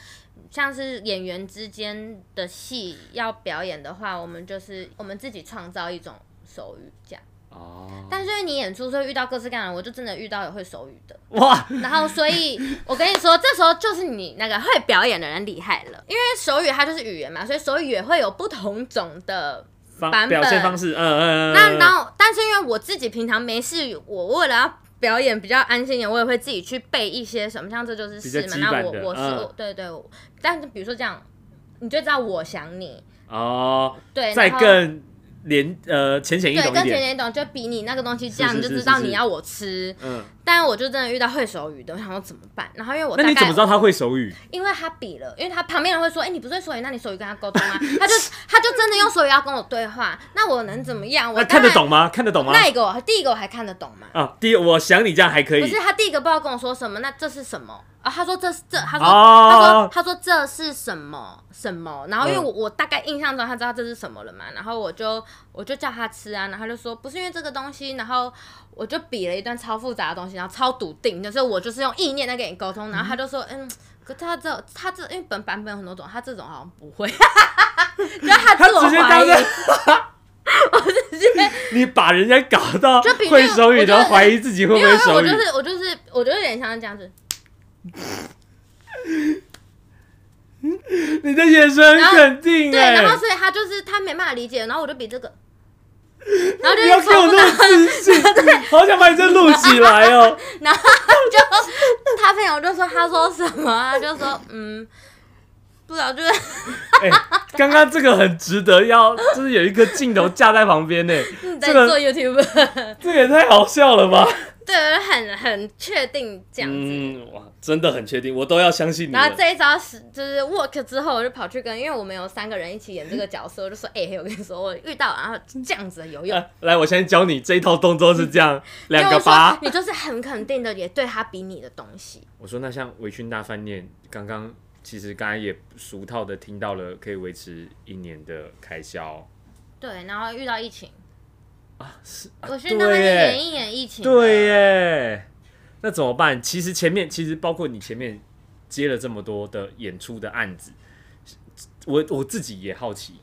像是演员之间的戏要表演的话，我们就是我们自己创造一种手语这样。
哦，
但是因为你演出时候遇到各式各样的人，我就真的遇到有会手语的，
<laughs> 哇，
然后，所以我跟你说，这时候就是你那个会表演的人厉害了，因为手语它就是语言嘛，所以手语也会有不同种的。
方
版
表现
本
方式，嗯嗯嗯。
那
嗯
然后，但是因为我自己平常没事，我为了要表演比较安心一点，我也会自己去背一些什么，像这就是
比较
诗嘛。
基
那
本
我
的
我是、
嗯
我对对，我但是比如说这样，你就知道我想你，
哦，
对，
再
然后
更连呃浅显易
对
懂一
跟前
点，
年懂，就比你那个东西这样，
是
你
是
就是知道
是
你
是
要我吃。
嗯。
但我就真的遇到会手语的，我想说怎么办？然后因为我
那
大
你
概
怎么知道他会手语？
因为他比了，因为他旁边人会说：“哎、你不是会手语，那你手语跟他沟通啊。”他就他就真的用手语要跟我对话，那我能怎么样？我
那看得
当
懂吗？看得懂吗
然。？那一个我第一个我还看得懂嘛？
啊，第一，我想你这样还可
不
以
是，他第一个不知道跟我说什么，那这是什么啊？他说这是这，他说、
哦
他说他说这是什么什么？然后因为
嗯
我、我大概印象中他知道这是什么了嘛，然后我就我就叫他吃啊，然后他就说不是因为这个东西，然后我就比了一段超复杂的东西，然后超笃定，就是我就是用意念在跟你沟通，然后他就说嗯。可他这他这因为本版本有很多种，他这种好像不会，
<laughs>
就他
他
自我
直接
怀
当
疑，
着
<laughs> 直接
你把人家搞到
就比
会
那个
手语，
我觉
然
得
后怀疑自己会不
因为
会
我
手语
就。是我就是我就有点像这样子，
你的眼神
然
很
后
肯定
对，
哎，
然后所以他就是他没办法理解，然后我就比这个，然后
不
就
要
是
给我
重复
那么自信，
<laughs>
嗯好想把你这录起来哦。
然后就他朋友就说他说什么啊，他就说嗯，不知道就是 <laughs>
哎，刚刚这个很值得要，就是有一个镜头架在
<laughs>
旁边呢，
你在
这
做
个
YouTube， <laughs>
这个也太好笑了吧？
对，我就很很确定这样子。
嗯，哇，真的很确定，我都要相信你
然
了
后。这一招是就是 work 之后，我就跑去跟，因为我们有三个人一起演这个角色，我就说，哎、我跟你说，我遇到然后这样子有用，
啊来，我先教你这一套动作是这样，两
因为
个
我说
八。
你就是很肯定的，也对他比你的东西，
我说那像微醺大饭店，刚刚其实刚才也俗套的听到了，可以维持一年的开销。
对，然后遇到疫情，
啊，是啊
我去
对
那边
耶
演一演疫情，啊
对耶，那怎么办？其实前面其实包括你前面接了这么多的演出的案子，我我自己也好奇，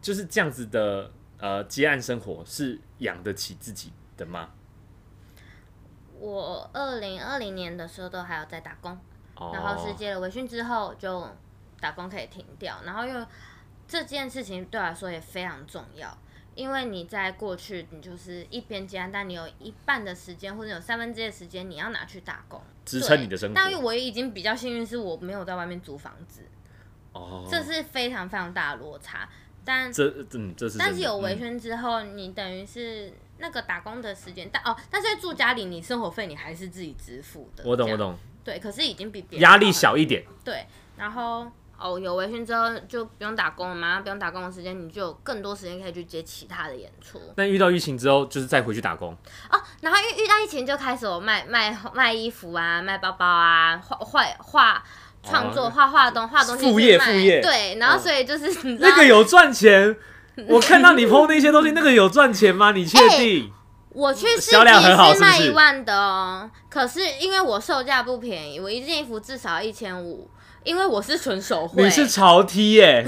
就是这样子的呃接案生活是养得起自己的吗？
我二零二零年的时候都还有在打工，
哦
然后是接了微训之后就打工可以停掉，然后又这件事情对我来说也非常重要，因为你在过去你就是一边接案，但你有一半的时间或者有三分之一的时间你要拿去打工
支撑你
对
的生活
但我已经比较幸运，是我没有在外面租房子，
哦，
这是非常非常大的落差，但
这嗯这是
但
真
是
的
有微
嗯
醺之后，你等于是那个打工的时间，但哦，但是住家里，你生活费你还是自己支付的。
我懂
这样。
我懂，
对，可是已经比别人
压力
好
小一点。
很。对，然后哦，有微醺之后就不用打工了嘛，不用打工的时间，你就有更多时间可以去接其他的演出
那遇到疫情之后，就是再回去打工。
哦。然后遇遇到疫情就开始我卖卖卖衣服啊，卖包包啊，画画画。创作
哦
画画东画东西去卖，
副业副业
对，然后
哦
所以就是你知道
那个有赚钱，我看到你 PO 那
哎
些东西，那个有赚钱吗？你确定？
我去市集
销量很好
是
是不
卖
是
一万的哦，可是因为我售价不便宜，我一件衣服至少一千五，因为我是纯手绘。
你是潮 T
<laughs>
耶、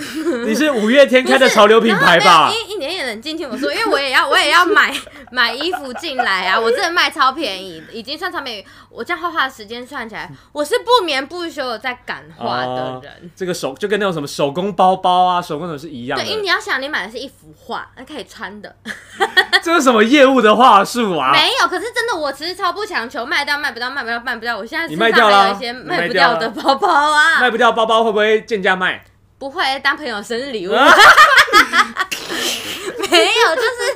你是五月天开的潮流品牌吧
然后没？有一一年也能进听我说，因为我也要我 <laughs> 也要买买衣服进来啊！我真的卖超便宜，已经算超便宜。我这样画画的时间算起来，我是不眠不休的在赶画的人。
哦这个手就跟那种什么手工包包啊、手工什么是一样的
对，因为。你要想，你买的是一幅画，那可以穿的。
这是什么业务的话术啊？
没有，可是真的，我其实超不强求，卖掉卖不掉，卖不掉卖不掉。我现在
你
身
卖
上
掉啦
还有一些
你
卖
卖
不
掉
掉的
啦
包包啊，
卖不掉包包会不会贱
<laughs>
价卖？
不会当朋友生日礼物。
啊
<laughs> 没有，就是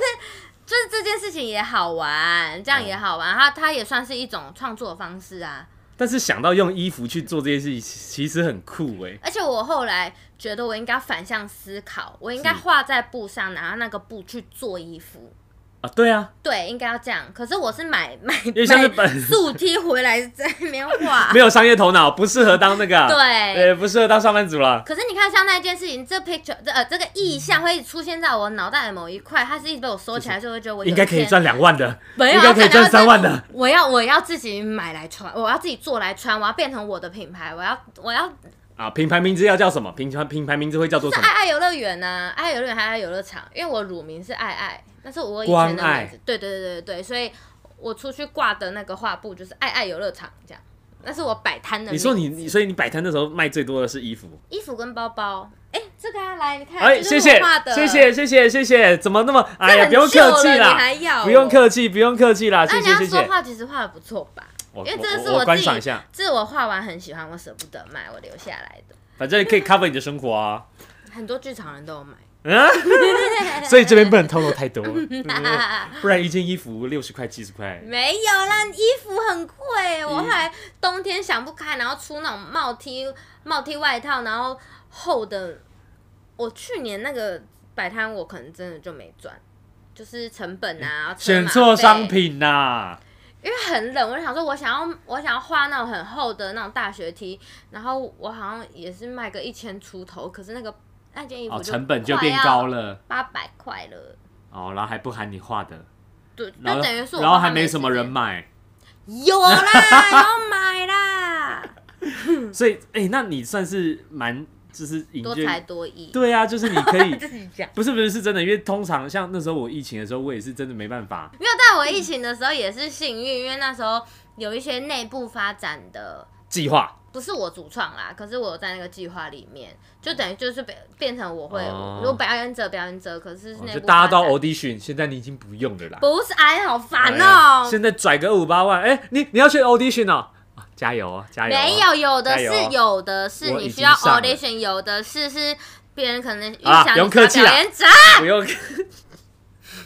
就是这件事情也好玩，这样也好
嗯
玩，它它也算是一种创作方式啊。
但是想到用衣服去做这些事情，其实很酷哎、
而且我后来觉得我应该反向思考，我应该
是
画在布上，然后那个布去做衣服。
啊！对啊，
对，应该要这样。可是我是买 <laughs> 买
为像是
买
本
速梯回来在那边画
<laughs> 没。有商业头脑，不适合当那个啊、
啊 <laughs> 对
呃，不适合当上班族啦。
可是你看，像那件事情，这 picture 这呃这个意象会出现在我脑袋的某一块，它是一直被我收起来，就会觉得我有
应该
一
可以
天
赚两万的，
没有，
应该可以赚
要
三万的。
<laughs> 我要我要自己买来穿，我要自己做来穿，我要变成我的品牌，我要我要
啊！品牌名字要叫什么？品牌品牌名字会叫做什
是
么
爱？爱游乐园呐，爱爱游乐园还爱游乐场，因为我乳名是爱爱，那是我以前
关
的
爱
名字。对对对对对，所以我出去挂的那个画布就是爱爱游乐场这样，那是我摆摊的名字。
你说你你，所以你摆摊的时候卖最多的是衣服。
衣服跟包包，哎、这个啊，来你看，
哎，
这就是
谢谢
我画的，
谢谢谢谢谢谢，怎么那么哎
这
呀，
很
不用
旧了
客气
你
啦
还，要
不用
哦。
客气不用客气啦，
那
谢
你
谢
要
谢
说
谢。
画，其实画的不错吧？
我
因为
我
这个是
我
自
观
己
赏一下，，
这是我画完很喜欢，我舍不得卖，我留下来的。
反正可以 cover 你的生活啊。
很多剧场人都有买， <laughs>
嗯，所以这边不能透露太多，嗯不然一件衣服六十块七十块，
<laughs> 没有啦，衣服很
嗯
贵，我后来冬天想不开，然后出那种帽 T 帽 T 外套，然后厚的，我去年那个摆摊我可能真的就没赚。就是成本啊，车马
嗯选错
费
商，品呐。
因为很冷，我就想说，我想要我想要画那种很厚的那种大学 T，然后我好像也是卖个一千出头，可是那个那件衣服
哦，
就
成本就变高
了，
了
八百块了，
哦，然后还不含你画的，
对，
然
就
后
等于是我
然后
花
还
他
没
们
什么
时
人
间
买，
有啦，要买啦，
所以哎，那你算是蛮就是引
多
荐
才多艺。
对啊，就是你可以
自己讲。
不是不是是真的，因为通常像那时候我疫情的时候，我也是真的没办法，
没有，但我疫情的时候也是幸运，因为那时候有一些内部发展的，
计划
不是我主创啦，可是我有在那个计划里面，就等于就是变变成我会，
哦
如果表演者表演者，可是是内
就
部发
大家
展
都 audition，现在你已经不用了啦。
不是，哎，好烦
哎呀
哦、
现在拽个五八万，哎、你你要去 audition 哦，啊加油哦，加油、哦！
没有，有的
加油
是
哦
有的是
我
你
已
需
经
要
上了
audition，有的是是别人可能预
啊
想你
不用客气
是
啦
表演者，
不用。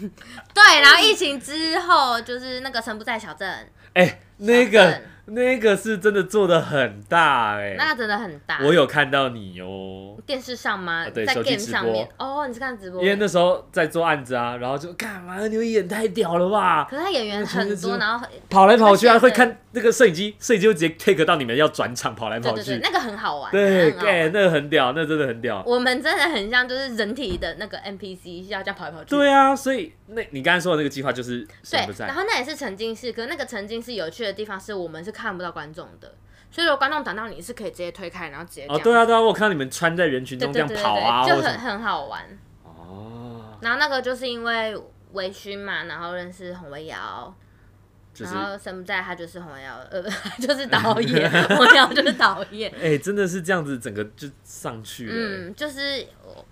对，然后疫情之后就是那个神不在小镇，
哎、 <laughs> 那个
小
那个是真的做的很大哎、
那个真的很大。
我有看到你哦。
电视上吗？
啊对
在
手机
game
直
上
播
面。哦，你是看直播
因？为那时候在做案子啊，然后就干嘛？你们演太屌了吧！
可是他演员
那
很
真的
多，
是
然后很
跑来跑去啊，
而且
会看那个摄影机，摄影机会直接 take 到你们要转场跑来
对
跑
对
去
对，。那个很好玩。
对，
很好玩
哎、那个很屌，那真的很屌。
我们真的很像就是人体的那个 NPC，要这样跑来跑去。
对啊，所以那你刚才说的那个计划就是神不
对，
在
然后那也是沉浸式，可是那个沉浸式有趣的地方是我们是看不到观众的，所以如果观众挡到你是可以直接推开，然后直接这
哦，
样
对啊，对啊，我有看到你们穿在人群
对
中
对
这
对
样
对
跑啊，
对
或
就
者什
很
么
很好玩。
哦，
然后那个就是因为微醺嘛，然后认识洪维瑶，
就是
然后神不在，他就是洪瑶，呃， <laughs> 不
<laughs>
就是导演， <laughs> 洪瑶就是导演。
哎、真的是这样子，整个就上去了、
嗯，就是我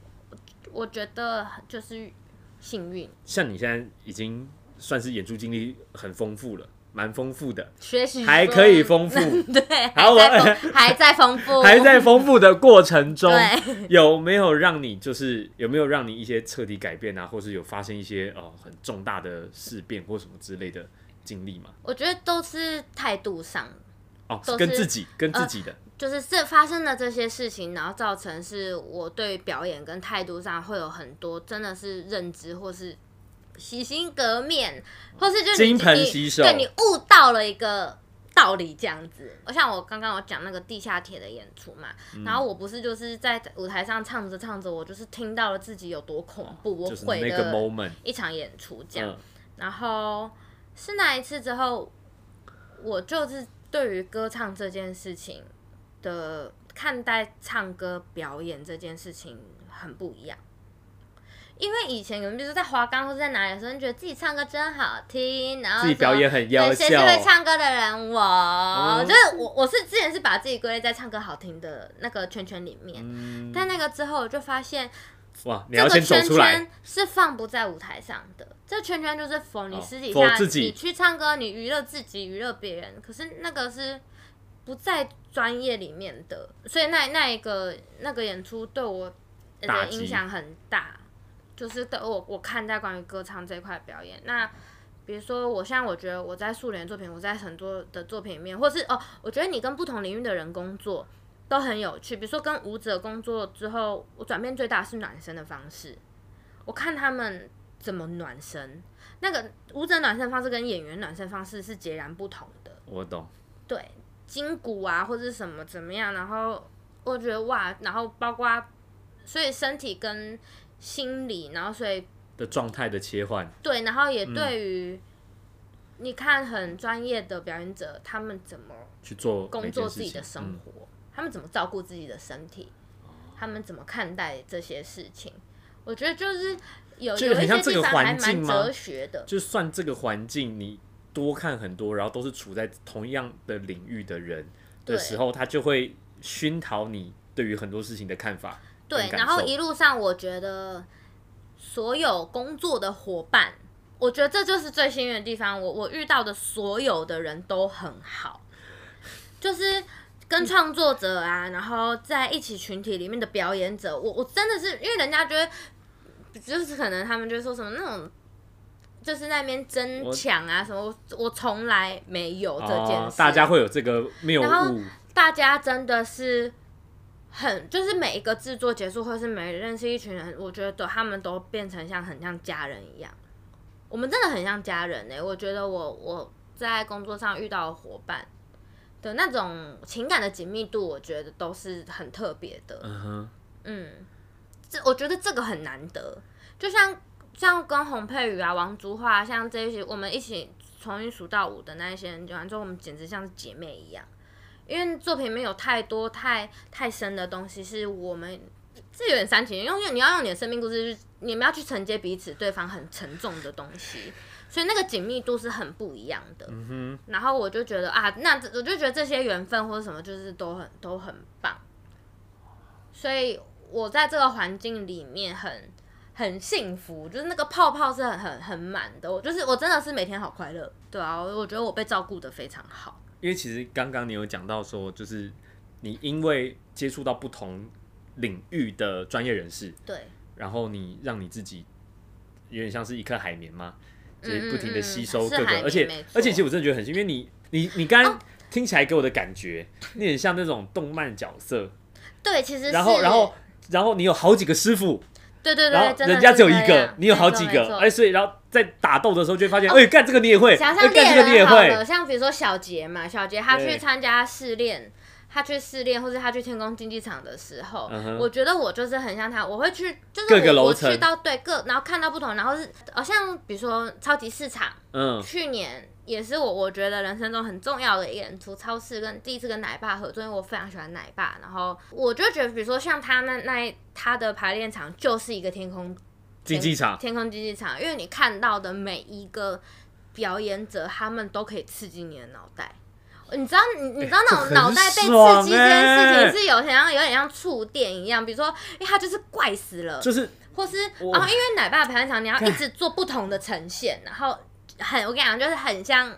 我觉得就是幸运，
像你现在已经算是演出经历很丰富了，蛮丰富的，
学习
还
中
可以
<laughs>
丰富，
对，
好
还
我
在丰还在丰富，
<laughs> 还在丰富的过程中，
对，
有没有让你就是有没有让你一些彻底改变啊，或是有发生一些呃很重大的事变或什么之类的经历吗？
我觉得都是态度上，
哦
都，是
跟自己跟自己的、
就是这发生了这些事情，然后造成是我对表演跟态度上会有很多真的是认知或是洗心革面，或是就是你
金盆洗手
你对你悟到了一个道理这样子。我像我刚刚我讲那个地下铁的演出嘛，
嗯
然后我不是就是在舞台上唱着唱着，我就是听到了自己有多恐怖，呃我
哦就是
毁
那个
了
嗯 moment，
一场演出这样。
嗯，
然后是那一次之后，我就是对于歌唱这件事情的看待，唱歌表演这件事情很不一样。因为以前我们比如说在华冈或者在哪里的时候，你觉得自己唱歌真好听，然后
自己表演哦很
什么
优
哪些
秀
是，会唱歌的人，我、就是我，我是之前是把自己归类在唱歌好听的那个圈圈里面，
嗯
但那个之后我就发现
哇，你
这
要
个
先走
圈
出来
圈，是放不在舞台上的，这圈圈就是否你
哦
私底
否
下、
自己
你去唱歌，你娱乐自己，娱乐别人，可是那个是不在专业里面的，所以那那一个那个演出对我
打
的
击
影响很大，就是对我我看待关于歌唱这一块表演那。比如说，我现在我觉得我在素联作品，我在很多的作品里面，或是哦，我觉得你跟不同领域的人工作都很有趣。比如说跟舞者工作之后，我转变最大是暖身的方式，我看他们怎么暖身。那个舞者暖身方式跟演员暖身方式是截然不同的。
我懂。
对筋骨啊或者是什么怎么样，然后我觉得哇，然后包括所以身体跟心理，然后所以
的状态的切换，
对，然后也
嗯
对于、你看很专业的表演者，他们怎么
去做每
工
件
作
事
自己的
情嗯哦
生活，他们怎么照顾自己的身体，他们怎么看待这些事情，我觉得就是有
这
有
个
一
很像
些
这
地
个
方
环
还蛮
境吗
哲学的
嗯，。就算这个环境你多看很多，然后都是处在同样的领域的人的
对
时候，他就会熏陶你对于很多事情的看法跟
对
感，
然
受。
后一路上我觉得所有工作的伙伴，我觉得这就是最幸运的地方。我我遇到的所有的人都很好，就是跟创作者啊，然后在一起群体里面的表演者，我我真的是因为人家觉得，就是可能他们就说什么那种。就是那边争
我
抢啊什么，我我从来没有这件
哦
事。
大家会有这个谬
然后
误，
大家真的是很，就是每一个制作结束，或是每认识一群人，我觉得都他们都变成像很像家人一样。我们真的很像家人呢、欸我觉得我我在工作上遇到的伙伴的那种情感的紧密度，我觉得都是很特别的。
嗯哼，
嗯，这我觉得这个很难得，就像像跟洪佩瑜啊、王竹华，像这一些我们一起从一数到五的那一些人，完之后我们简直像是姐妹一样，因为作品里面有太多太太深的东西，是我们这有点煽情，因为你要用你的生命故事去，你们要去承接彼此对方很沉重的东西，所以那个紧密度是很不一样的。
嗯哼，
然后我就觉得啊，那这我就觉得这些缘分或者什么，就是都很都很棒。所以我在这个环境里面很很幸福，就是那个泡泡是很很很满的。我就是我真的是每天好快乐，对啊，我我觉得我被照顾的非常好。
因为其实刚刚你有讲到说，就是你因为接触到不同领域的专业人士，
对，
然后你让你自己有点像是一颗海绵嘛，就是
嗯
不停的
嗯
吸
嗯
收
是
各个，
海绵
而且
没错哦
而且其实我真的觉得很幸运，因为你你你刚刚听起来给我的感觉，你很像那种动漫角色，
对，其实是
然后然后然后你有好几个师傅，
对对
然
对，
后
真的
人家
是
只有
这
一个
样，
你有
没
好
错
几
没
个，
错
哎，所以然后在打斗的时候就会发现，
哦
哎，干这个你也会，哎，
想象
干这个你
猎
也
人好
会
了，，像比如说小杰嘛，小杰他
对
去参加试炼，他去试炼或者他去天宫竞技场的时候，
嗯哼
我觉得我就是很像他，我会去就是
各个
我
楼
我
层
去到对各，然后看到不同，然后是哦像比如说超级市场，
嗯，
去年也是我我觉得人生中很重要的演出，超市跟第一次跟奶爸合作，因为我非常喜欢奶爸，然后我就觉得比如说像他那那一他的排练场就是一个天空
竞技场，
天空竞技场，因为你看到的每一个表演者，他们都可以刺激你的脑袋。你知道，你你知道那
<laughs> 这很
种脑袋被
爽
刺激这件
欸
事情是有点像有点像触电一样，比如说，因为他就是怪死了，
就是
或是
哇
然后因为奶爸的排练场，你要一直做不同的呈现，然后很我跟你讲，就是很像。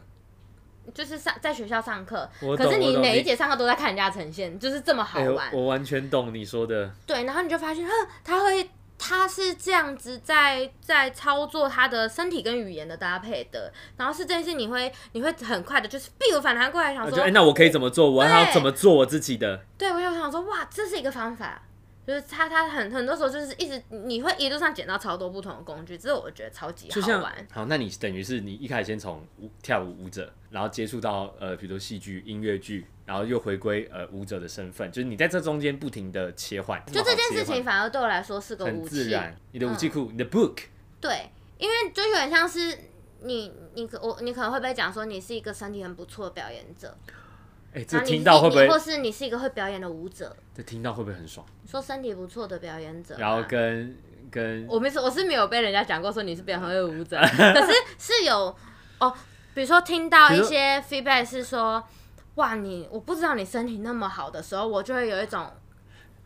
就是上在学校上课
我，懂
可是
我
你
懂
每
你
一节上课都在看人家呈现，就是这么好
哎，我
玩。
我完全懂你说的，
对，然后你就发现，哼，他会，他是这样子在在操作他的身体跟语言的搭配的，然后是这件事，你会你会很快的，就是 biu 反弹过来，想
我
说，
就哎，那我可以怎么做？我还要
对
怎么做我自己的？
对我就想说，哇，这是一个方法，就是他他很很多时候就是一直你会一路上捡到超多不同的工具，这我觉得超级
就
好
像
玩。
好，那你等于是你一开始先从舞跳舞舞者，然后接触到呃，比如说戏剧、音乐剧，然后又回归呃舞者的身份，就是你在这中间不停的切换，
就这件事情，
么
反而对我来说是个
好切换很
武
自
器，嗯
然。你的武器库，你的 book，
对，因为就有点像是你你可我你可能会被讲说你是一个身体很不错的表演者，
哎、这
然后你
听到会不会
你或？是你是一个会表演的舞者，
这听到会不会很爽？
说身体不错的表演者啊，
然后跟跟
我没说，我是没有被人家讲过说你是表演舞者， <laughs> 可是是有哦，比如说听到一些 feedback 是说，哇，你我不知道你身体那么好的时候，我就会有一种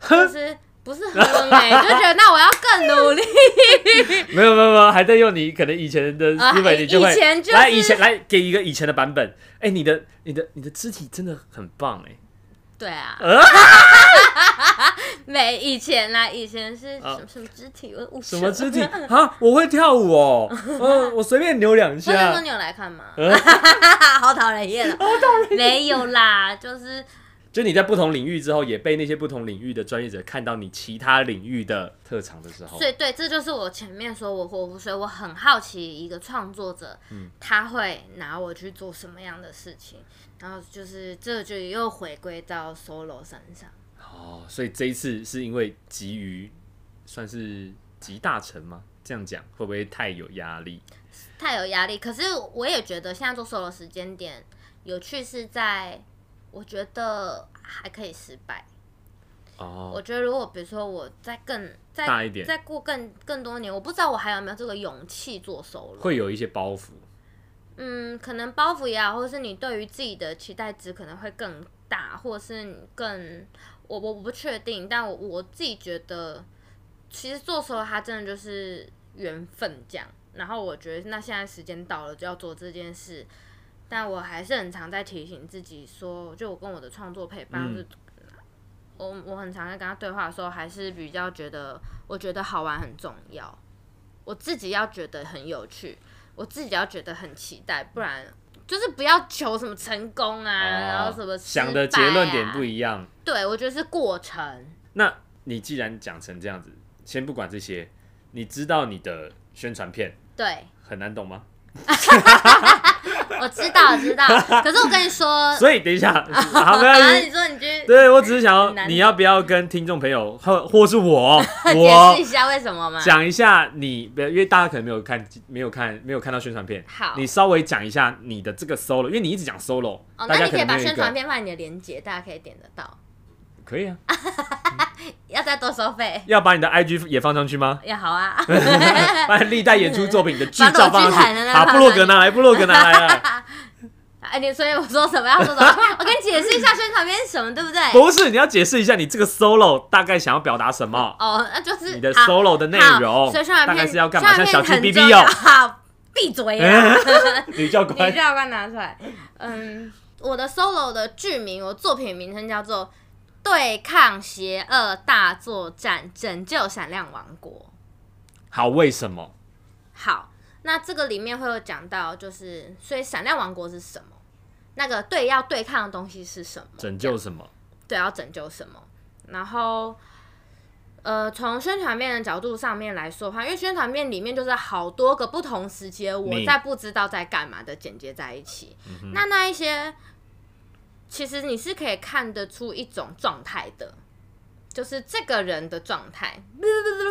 就是不是很 <laughs> 哎、就觉得那我要更努 <laughs> 力。
没有没有没有，还在用你可能以前的思
啊
维，你就会、
以前就是
来以前来给一个以前的版本。哎、你的你的你的肢体真的很棒哎、
对啊
呃，
<laughs> 没以前啦，以前是什
啊
么什么肢体我误
什
<laughs>
么肢体啊？我会跳舞哦，呃，我随便扭两
不是说
下
你，有来看吗？
呃，
<laughs> 好讨人厌了， <laughs> 好讨人厌。没有啦，就是
就你在不同领域之后，也被那些不同领域的专业者看到你其他领域的特长的时候
所，以对，这就是我前面说我我所以我很好奇一个创作者，
嗯
他会拿我去做什么样的事情，然后就是这就又回归到 solo 身上。
哦，所以这一次是因为急于算是集大成吗？这样讲会不会太有压力？
太有压力。可是我也觉得现在做 solo 时间点有趣是在，我觉得还可以失败。我
哦，
觉得如果比如说我再更再
大一点
再过更更多年，我不知道我还有没有这个勇气做 solo。
会有一些包袱。
嗯，可能包袱也好，或是你对于自己的期待值可能会更大，或是你更我我我不确定，但我我自己觉得，其实做 solo 它真的就是缘分这样。然后我觉得那现在时间到了就要做这件事，但我还是很常在提醒自己说，就我跟我的创作陪伴，
嗯
或是我我很常在跟他对话的时候，还是比较觉得，我觉得好玩很重要，我自己要觉得很有趣，我自己要觉得很期待，不然就是不要求什么成功啊，然后什么、啊
哦想的结论点不
样。
一样。
对，我觉得是过程。
那你既然讲成这样子，先不管这些，你知道你的宣传片
对，
很难懂
呃
吗？
我知道，知
<laughs>
道。可是我跟你说，
所以等一
<laughs>
下，好，没
啊，
关
你
系。
说你去
对我只是想
很难
要
懂
你要不要跟听众朋友或或是我哦
<laughs> 解释一
我
下为什么吗？
讲一下你，不因为大家可能没有看没有看没有看到宣传片，
好
你稍微讲一下你的这个 solo，因为你一直讲 solo，、
哦，
大
那
家
你可以
能没
把
有一
宣传
个
片放在你的链接，大家可以点得到。
可以啊，
要再多收费，
要把你的 IG 也放上去吗？
也好
<laughs>
啊。
把历代演出作品的剧照
把裸
放上
剧
去，
团的那
好，
个
布洛格拿来，布洛格拿来了。
哎，你所以我说什么要说什么？我跟你解释一下宣传片是什么，对不对？
不是，你要解释一下你这个 solo 大概想要表达什么，
哦，那就是
你的
好
solo 的内
好
容
所以宣传
大
片
概是要干嘛？
宣
像
传片
小
啊很
鸡 B
重
B
要
哦，
<laughs> 好，闭嘴
<laughs>
啊！
女教
你 <laughs>
官
就要把它拿出来。嗯，我的 solo 的剧名，我作品名称叫做《对抗邪恶大作战：拯救闪亮王国》。
好，为什么？
好，那这个里面会有讲到，就是所以闪亮王国是什么？那个对要对抗的东西是什么？
拯救什么？
对，要拯救什么？然后，呃，从宣传片的角度上面来说的话，因为宣传片里面就是好多个不同时期的我
你
在不知道在干嘛的剪接在一起，那那一些其实你是可以看得出一种状态的。就是这个人的状态，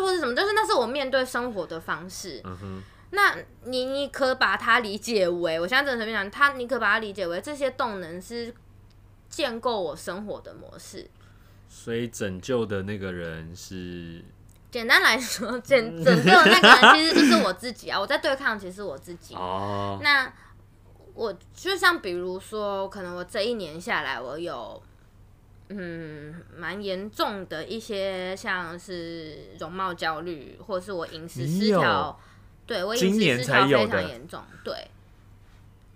或者什么，就是那是我面对生活的方式。
嗯哼，
那你你可把它理解为，我现在真的随便讲，它你可把它理解为这些动能是建构我生活的模式。
所以拯救的那个人是
简单来说，拯拯救的那个人其实就是我自己啊，我在对抗其实是我自己。
哦，
那我就像比如说，可能我这一年下来，我有嗯蛮严重的一些像是容貌焦虑，或是我饮食失
你有
调，对我饮
今
食
年
失调
才有
非常
的
严重，对。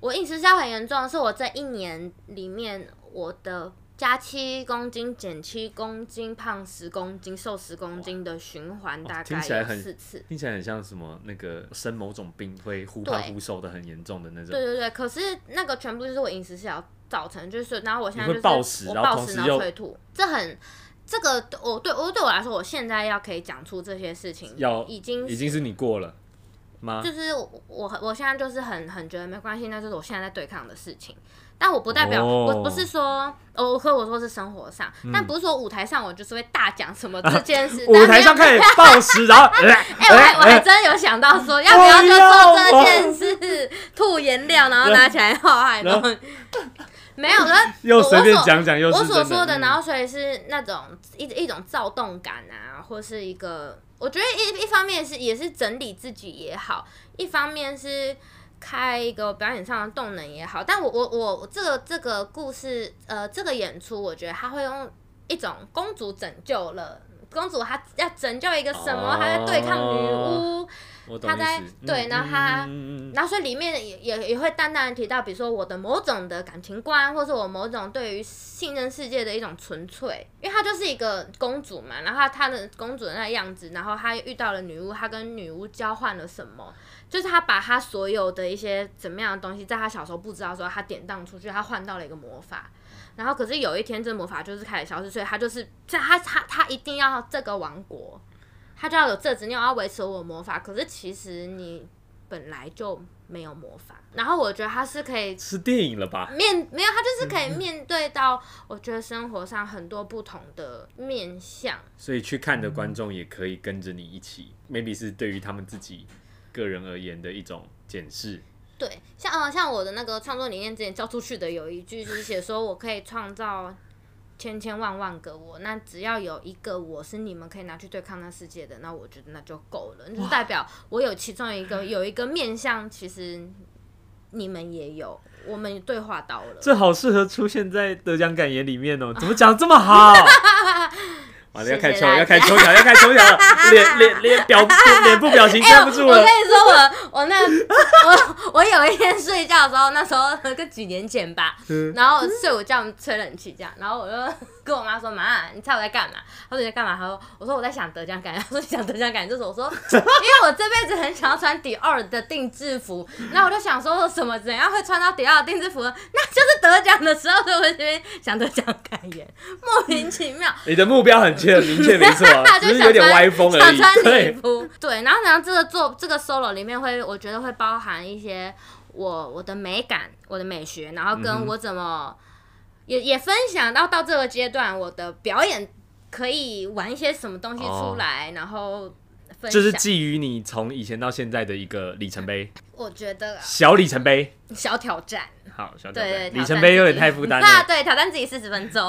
我饮食失调很严重，是我这一年里面我的加七公斤、减七公斤、胖十公斤、瘦十公斤的循环，大概
听起来
有
很
四次。
听起来很像什么那个生某种病会忽胖
对
忽瘦的很严重的那种
对，对对，可是那个全部就是我饮食失调造成，就是然后我现在
你会
就是
暴食
我
然后
暴
同
食
时
然后
又
催吐，这很这个我对我对我来说，我现在要可以讲出这些事情，
要
已经
已经是你过了吗
就？是我我我现在就是很很觉得没关系，那就是我现在在对抗的事情。但我不代表、
哦嗯
我不是说，哦，和我说是生活上，但不是说舞台上我就是会大讲什么这件事。
<laughs> 舞台上
但没有
开始暴
<laughs>
食，然后哎
哎、我还我还真有想到说，要不要就做这件事，吐颜料，然后拿起来画画，然后没有了。
又随便
我所
讲
<laughs>
讲，又是
我所
真
说的，
嗯
然后所以是那种一一种躁动感啊，或是一个，我觉得一一方面是也是整理自己也好，一方面是开一个表演上的动能也好。但我我我我这个这个故事，呃，这个演出，我觉得他会用一种公主拯救了。公主她要拯救一个什么？
哦
她在对抗女巫，
我懂
他
意
在
思
对
嗯
然后他
嗯嗯嗯嗯
然后所以里面也也也会淡淡的提到，比如说我的某种的感情观，或是我某种对于信任世界的一种纯粹，因为她就是一个公主嘛，然后她她的公主的那个样子，然后她遇到了女巫，她跟女巫交换了什么，就是她把她所有的一些怎么样的东西，在她小时候不知道的时候，她典当出去，她换到了一个魔法。然后，可是有一天，这魔法就是开始消失，所以她就是，像她她她一定要这个王国，她就要有这执念，我要维持我的魔法。可是其实你本来就没有魔法。然后我觉得他是可以
是电影了吧？
面没有，他就是可以面对到我觉得生活上很多不同的面向。
所以去看的观众也可以跟着你一起，maybe 是对于他们自己个人而言的一种检视。
对，像呃像我的那个创作理念之前交出去的有一句就是写说我可以创造千千万万个我，那只要有一个我是你们可以拿去对抗那世界的，那我觉得那就够了，就是代表我有其中一个有一个面向，其实你们也有，我们对话到了。
这好适合出现在得奖感言里面哦，怎么讲得这么
<laughs>
好？完了，要开
谢谢
抽，
大家
要开抽奖，要开抽奖了，脸脸脸表脸部表情
哎
站
我
不住
我跟
了。
你说，我我那我我有一天睡觉的时候，那时候呃跟几年前吧，
嗯
然后睡午觉吹冷气这样，然后我就跟我妈说：“妈，你猜我在干嘛？”她说：“你在干嘛？”她说：“我说我在想得奖感 <laughs> 言。”她说：“你想得奖感言就是我
<laughs>
说，因为我这辈子很想要穿迪奥的定制服，然后我就想说什么怎样会穿到迪奥的定制服呢，那就是得奖的时候，所以我在这边想得奖感言，莫名其妙。”
你的目标很确明确，没
<laughs>
错啊，
他就
只是
想
有点
穿
歪风而已
想。穿礼
对，
服，对。然后，然后这个做这个 solo 里面会，我觉得会包含一些我我的美感、我的美学，然后
嗯哼
跟我怎么、也也分享到到这个阶段，我的表演可以玩一些什么东西出来，然后分
哦这是
享。
基于你从以前到现在的一个里程碑，
我觉得
小里程碑。
小挑战，
好，小挑
对对
战，
挑战
里程碑有
自
点
己
太
<laughs>
负担
那
了。
对，挑战自己四十分
<laughs>
钟。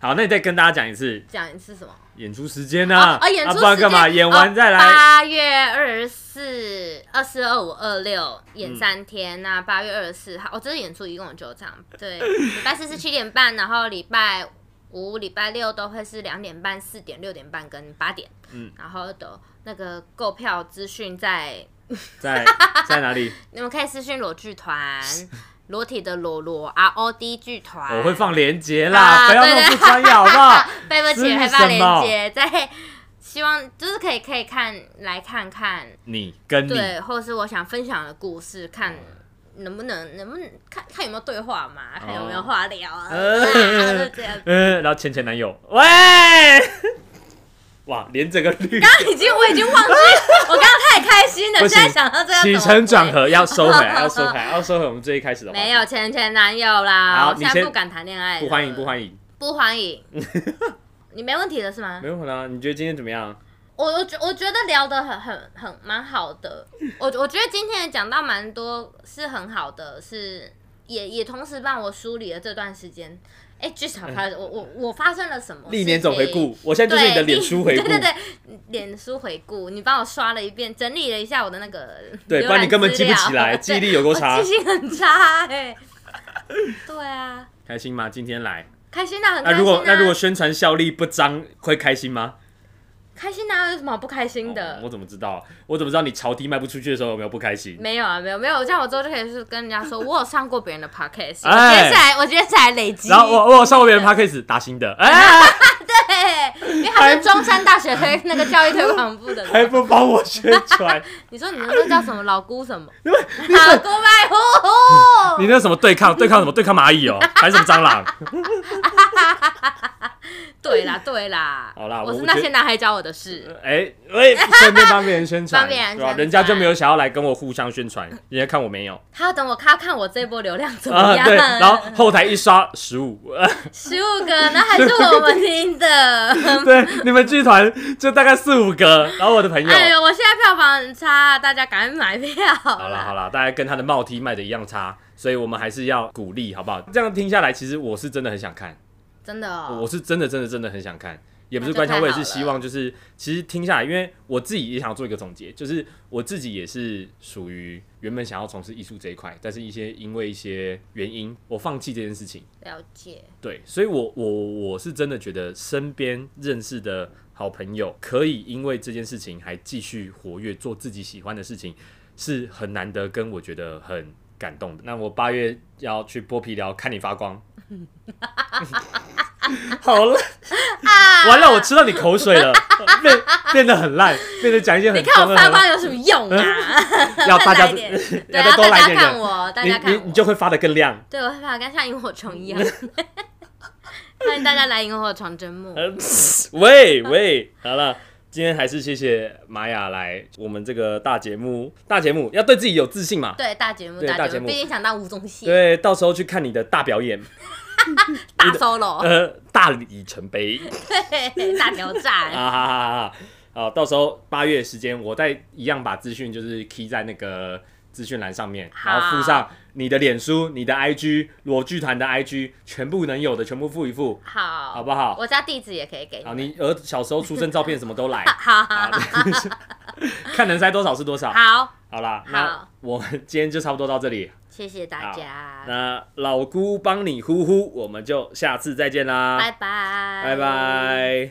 好，那你再跟大家讲一次
讲一次什么？
演出时间啊，
哦，演出
啊
时
不然
间哦
干嘛？演完再来。
八、8月二十四、二四、二五、二六演三天、那八月二十四号，我、哦、这次演出一共有九场，
<laughs>
对，礼拜四是七点半，然后礼拜五、礼拜六都会是两点半、四点、六点半跟八点。
嗯
嗯，然后的那个购票资讯在，
在在哪
<laughs>
里？
你们可以私讯裸剧团、裸体的裸裸 R O D 剧团，
我会放连结
啊
啦，不要
对
那么
对
不专业好不好？
贝贝
私密
姐害怕
什么
连接在，希望就是可以可以看来看看。
你跟你哦
对，或者是我想分享的故事，看能不能能不能看看有没有对话嘛，看有没有话聊啊，
呃
啊就这样。
嗯，然后前前男友，喂， <laughs> 哇，连整个绿
刚刚已经我已经忘记，我刚刚太开心了，
不
现在
行
想到这个
起
怎么
承转
回。
合要收回
<laughs>
来，要收回来，要收回我们最一开始的话题
没有前前男友啦，
好
我
你
现在
先
不敢谈恋爱了，
不欢迎不欢迎，
不欢迎，你没问题的是吗
没？有啦，你觉得今天怎么样？
我我觉我觉得聊得很很很蛮好的，
嗯
我我觉得今天也讲到蛮多是很好的，是也也同时帮我梳理了这段时间。哎，剧场发我我我发生了什么？
嗯历年总回，顾，我现在就是你的
对
脸书回顾，
<laughs> 对对对，脸书回顾，你帮我刷了一遍，整理了一下我的那个
<laughs> 对
浏览
不然你根本
资料
记不
<laughs>
起来
对
记忆力有多差
我记性很差
<laughs>
哎、对啊，
开心吗？今天来，
开心啊，很开心
那
啊。
如果那如果宣传效力不彰，会开心吗？
开心啊，有什么好不开心的？
哦我怎么知道？我怎么知道你朝低卖不出去的时候有没有不开心？
没有啊，没有没有，这样我之后就可以是跟人家说，我有上过别人的 podcast，我
哎
接下来我接下来累积，
然后我我有上过别人 podcast 打新的，
<laughs>
哎，
对， <laughs> 因为他是中山大学推那个教育推广部的
<laughs>
人，
还不帮我宣
<laughs>
传？
你说你那个叫什么老姑
<laughs>
什么，老姑卖
你
呼呼，
那什么对抗对抗什么对抗蚂蚁哦，还是什么蟑螂？
对对啦，对啦，
好啦
我
我
是
我
那
觉
些男孩教我的事。
哎哎，顺便帮别人宣
<laughs>
传，
帮别人
对吧？
宣传
人家就没有想要来跟我互相宣传，人家看我没有
他要等我，他要看我这波流量怎么
啊，
样？ <laughs>
对，然后后台一刷十五， <laughs>
十五个，那还是我们听
<laughs>
的。
对，你们剧团就大概四五个，然后我的朋友，
哎呦，我现在票房很差，大家赶紧买票
好啦
啦。
好啦，大家跟他的帽 T 卖的一样差，所以我们还是要鼓励，好不好？这样听下来，其实我是真的很想看，
真的
我
哦，
是真的真的真的很想看，也不
那
是
就
官腔，
太
我也是
好
希
了
望就是其实听下来，因为我自己也想做一个总结，就是我自己也是属于原本想要从事艺术这一块，但是一些因为一些原因，我放弃这件事情。
了解。
对，所以我我我是真的觉得身边认识的好朋友，可以因为这件事情还继续活跃，做自己喜欢的事情，是很难得，跟我觉得很感动的。那我八月要去剥皮寮看你发
<laughs>
光。 <laughs> 好了，
<laughs>
完了，我吃到你口水了， <laughs> 变变得很烂，变得讲一些很
<laughs> 你看
中
我
<laughs> 二
发
很烂
光有什么用 <laughs>
<laughs>
啊？
要哦大家
再来一
<laughs>
点对
要
啊，
再多
大
来一
家
点
看
点，
我，大家
你
看
你
我
你。就会发的
<laughs>
更亮。
对，我会发跟像萤火虫一样。 <laughs> 欢迎大家来萤火虫真
<laughs>
木。
呃，喂喂，好了，今天还是谢谢玛雅来我们这个大节目，大节目要对自己有自信嘛。
对，大节目，
对大
大
节
节
目
目，毕竟想当吴宗宪，
对，到时候去看你的大表演，
大
<laughs>
solo，
呃，大里程碑
对，大挑
<laughs> 啊
战。
哈哈哈哈！好，到时候八月时间，我再一样把资讯就是 key 在那个资讯栏上面，然后附上你的脸书、你的 IG、裸剧团的 IG，全部能有的全部附一附，
好，
好不好
我家地址也可以给你，
好，。你儿小时候出生照片什么都来
好 <laughs> 好
啊， <laughs> 看能塞多少是多少。
好，
好啦，那
好
我们今天就差不多到这里。
谢谢大家，
那老姑帮你呼呼，我们就下次再见啦，
拜拜，
拜拜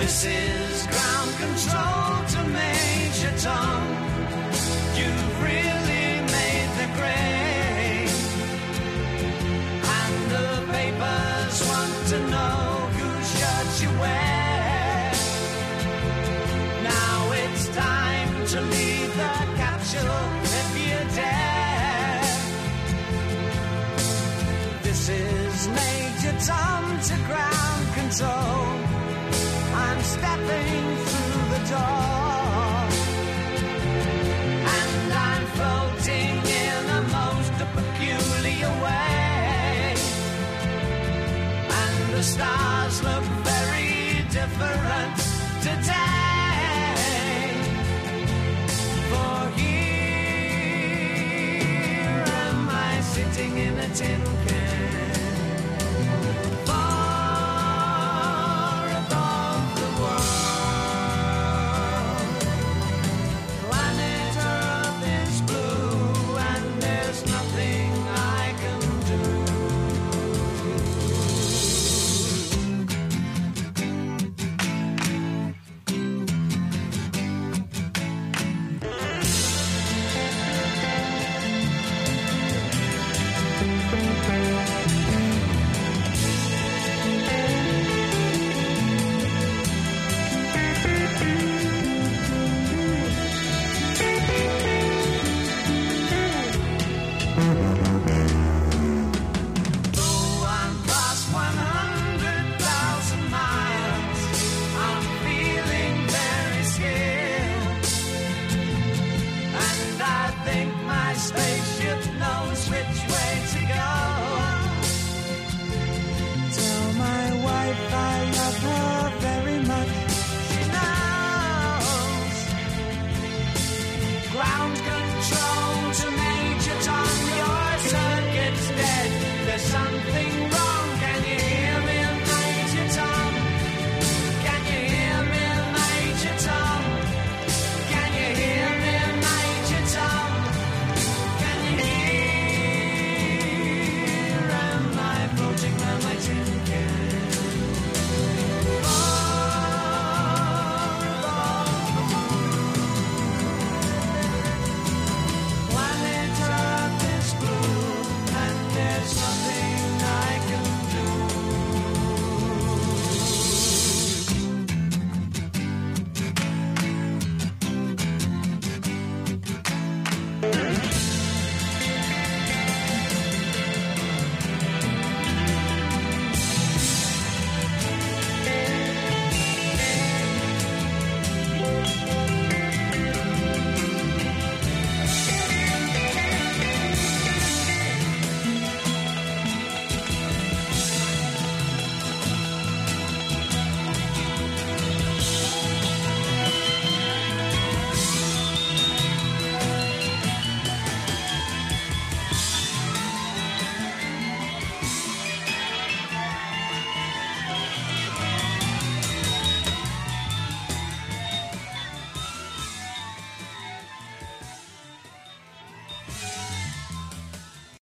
This is ground control to Major Tom. You've really made the grade. And the papers want to know whose shirt you wear. Now it's time to leave the capsule if you dare. This is Major Tom to ground control. I'm stepping through the door. And I'm floating in a most peculiar way. And the stars look very different today. For here am I sitting in a tin can far above the world. Planet Earth is blue, and there's nothing I can do. spaceship knows which way to go. Tell my wife I love her very much. She knows. Ground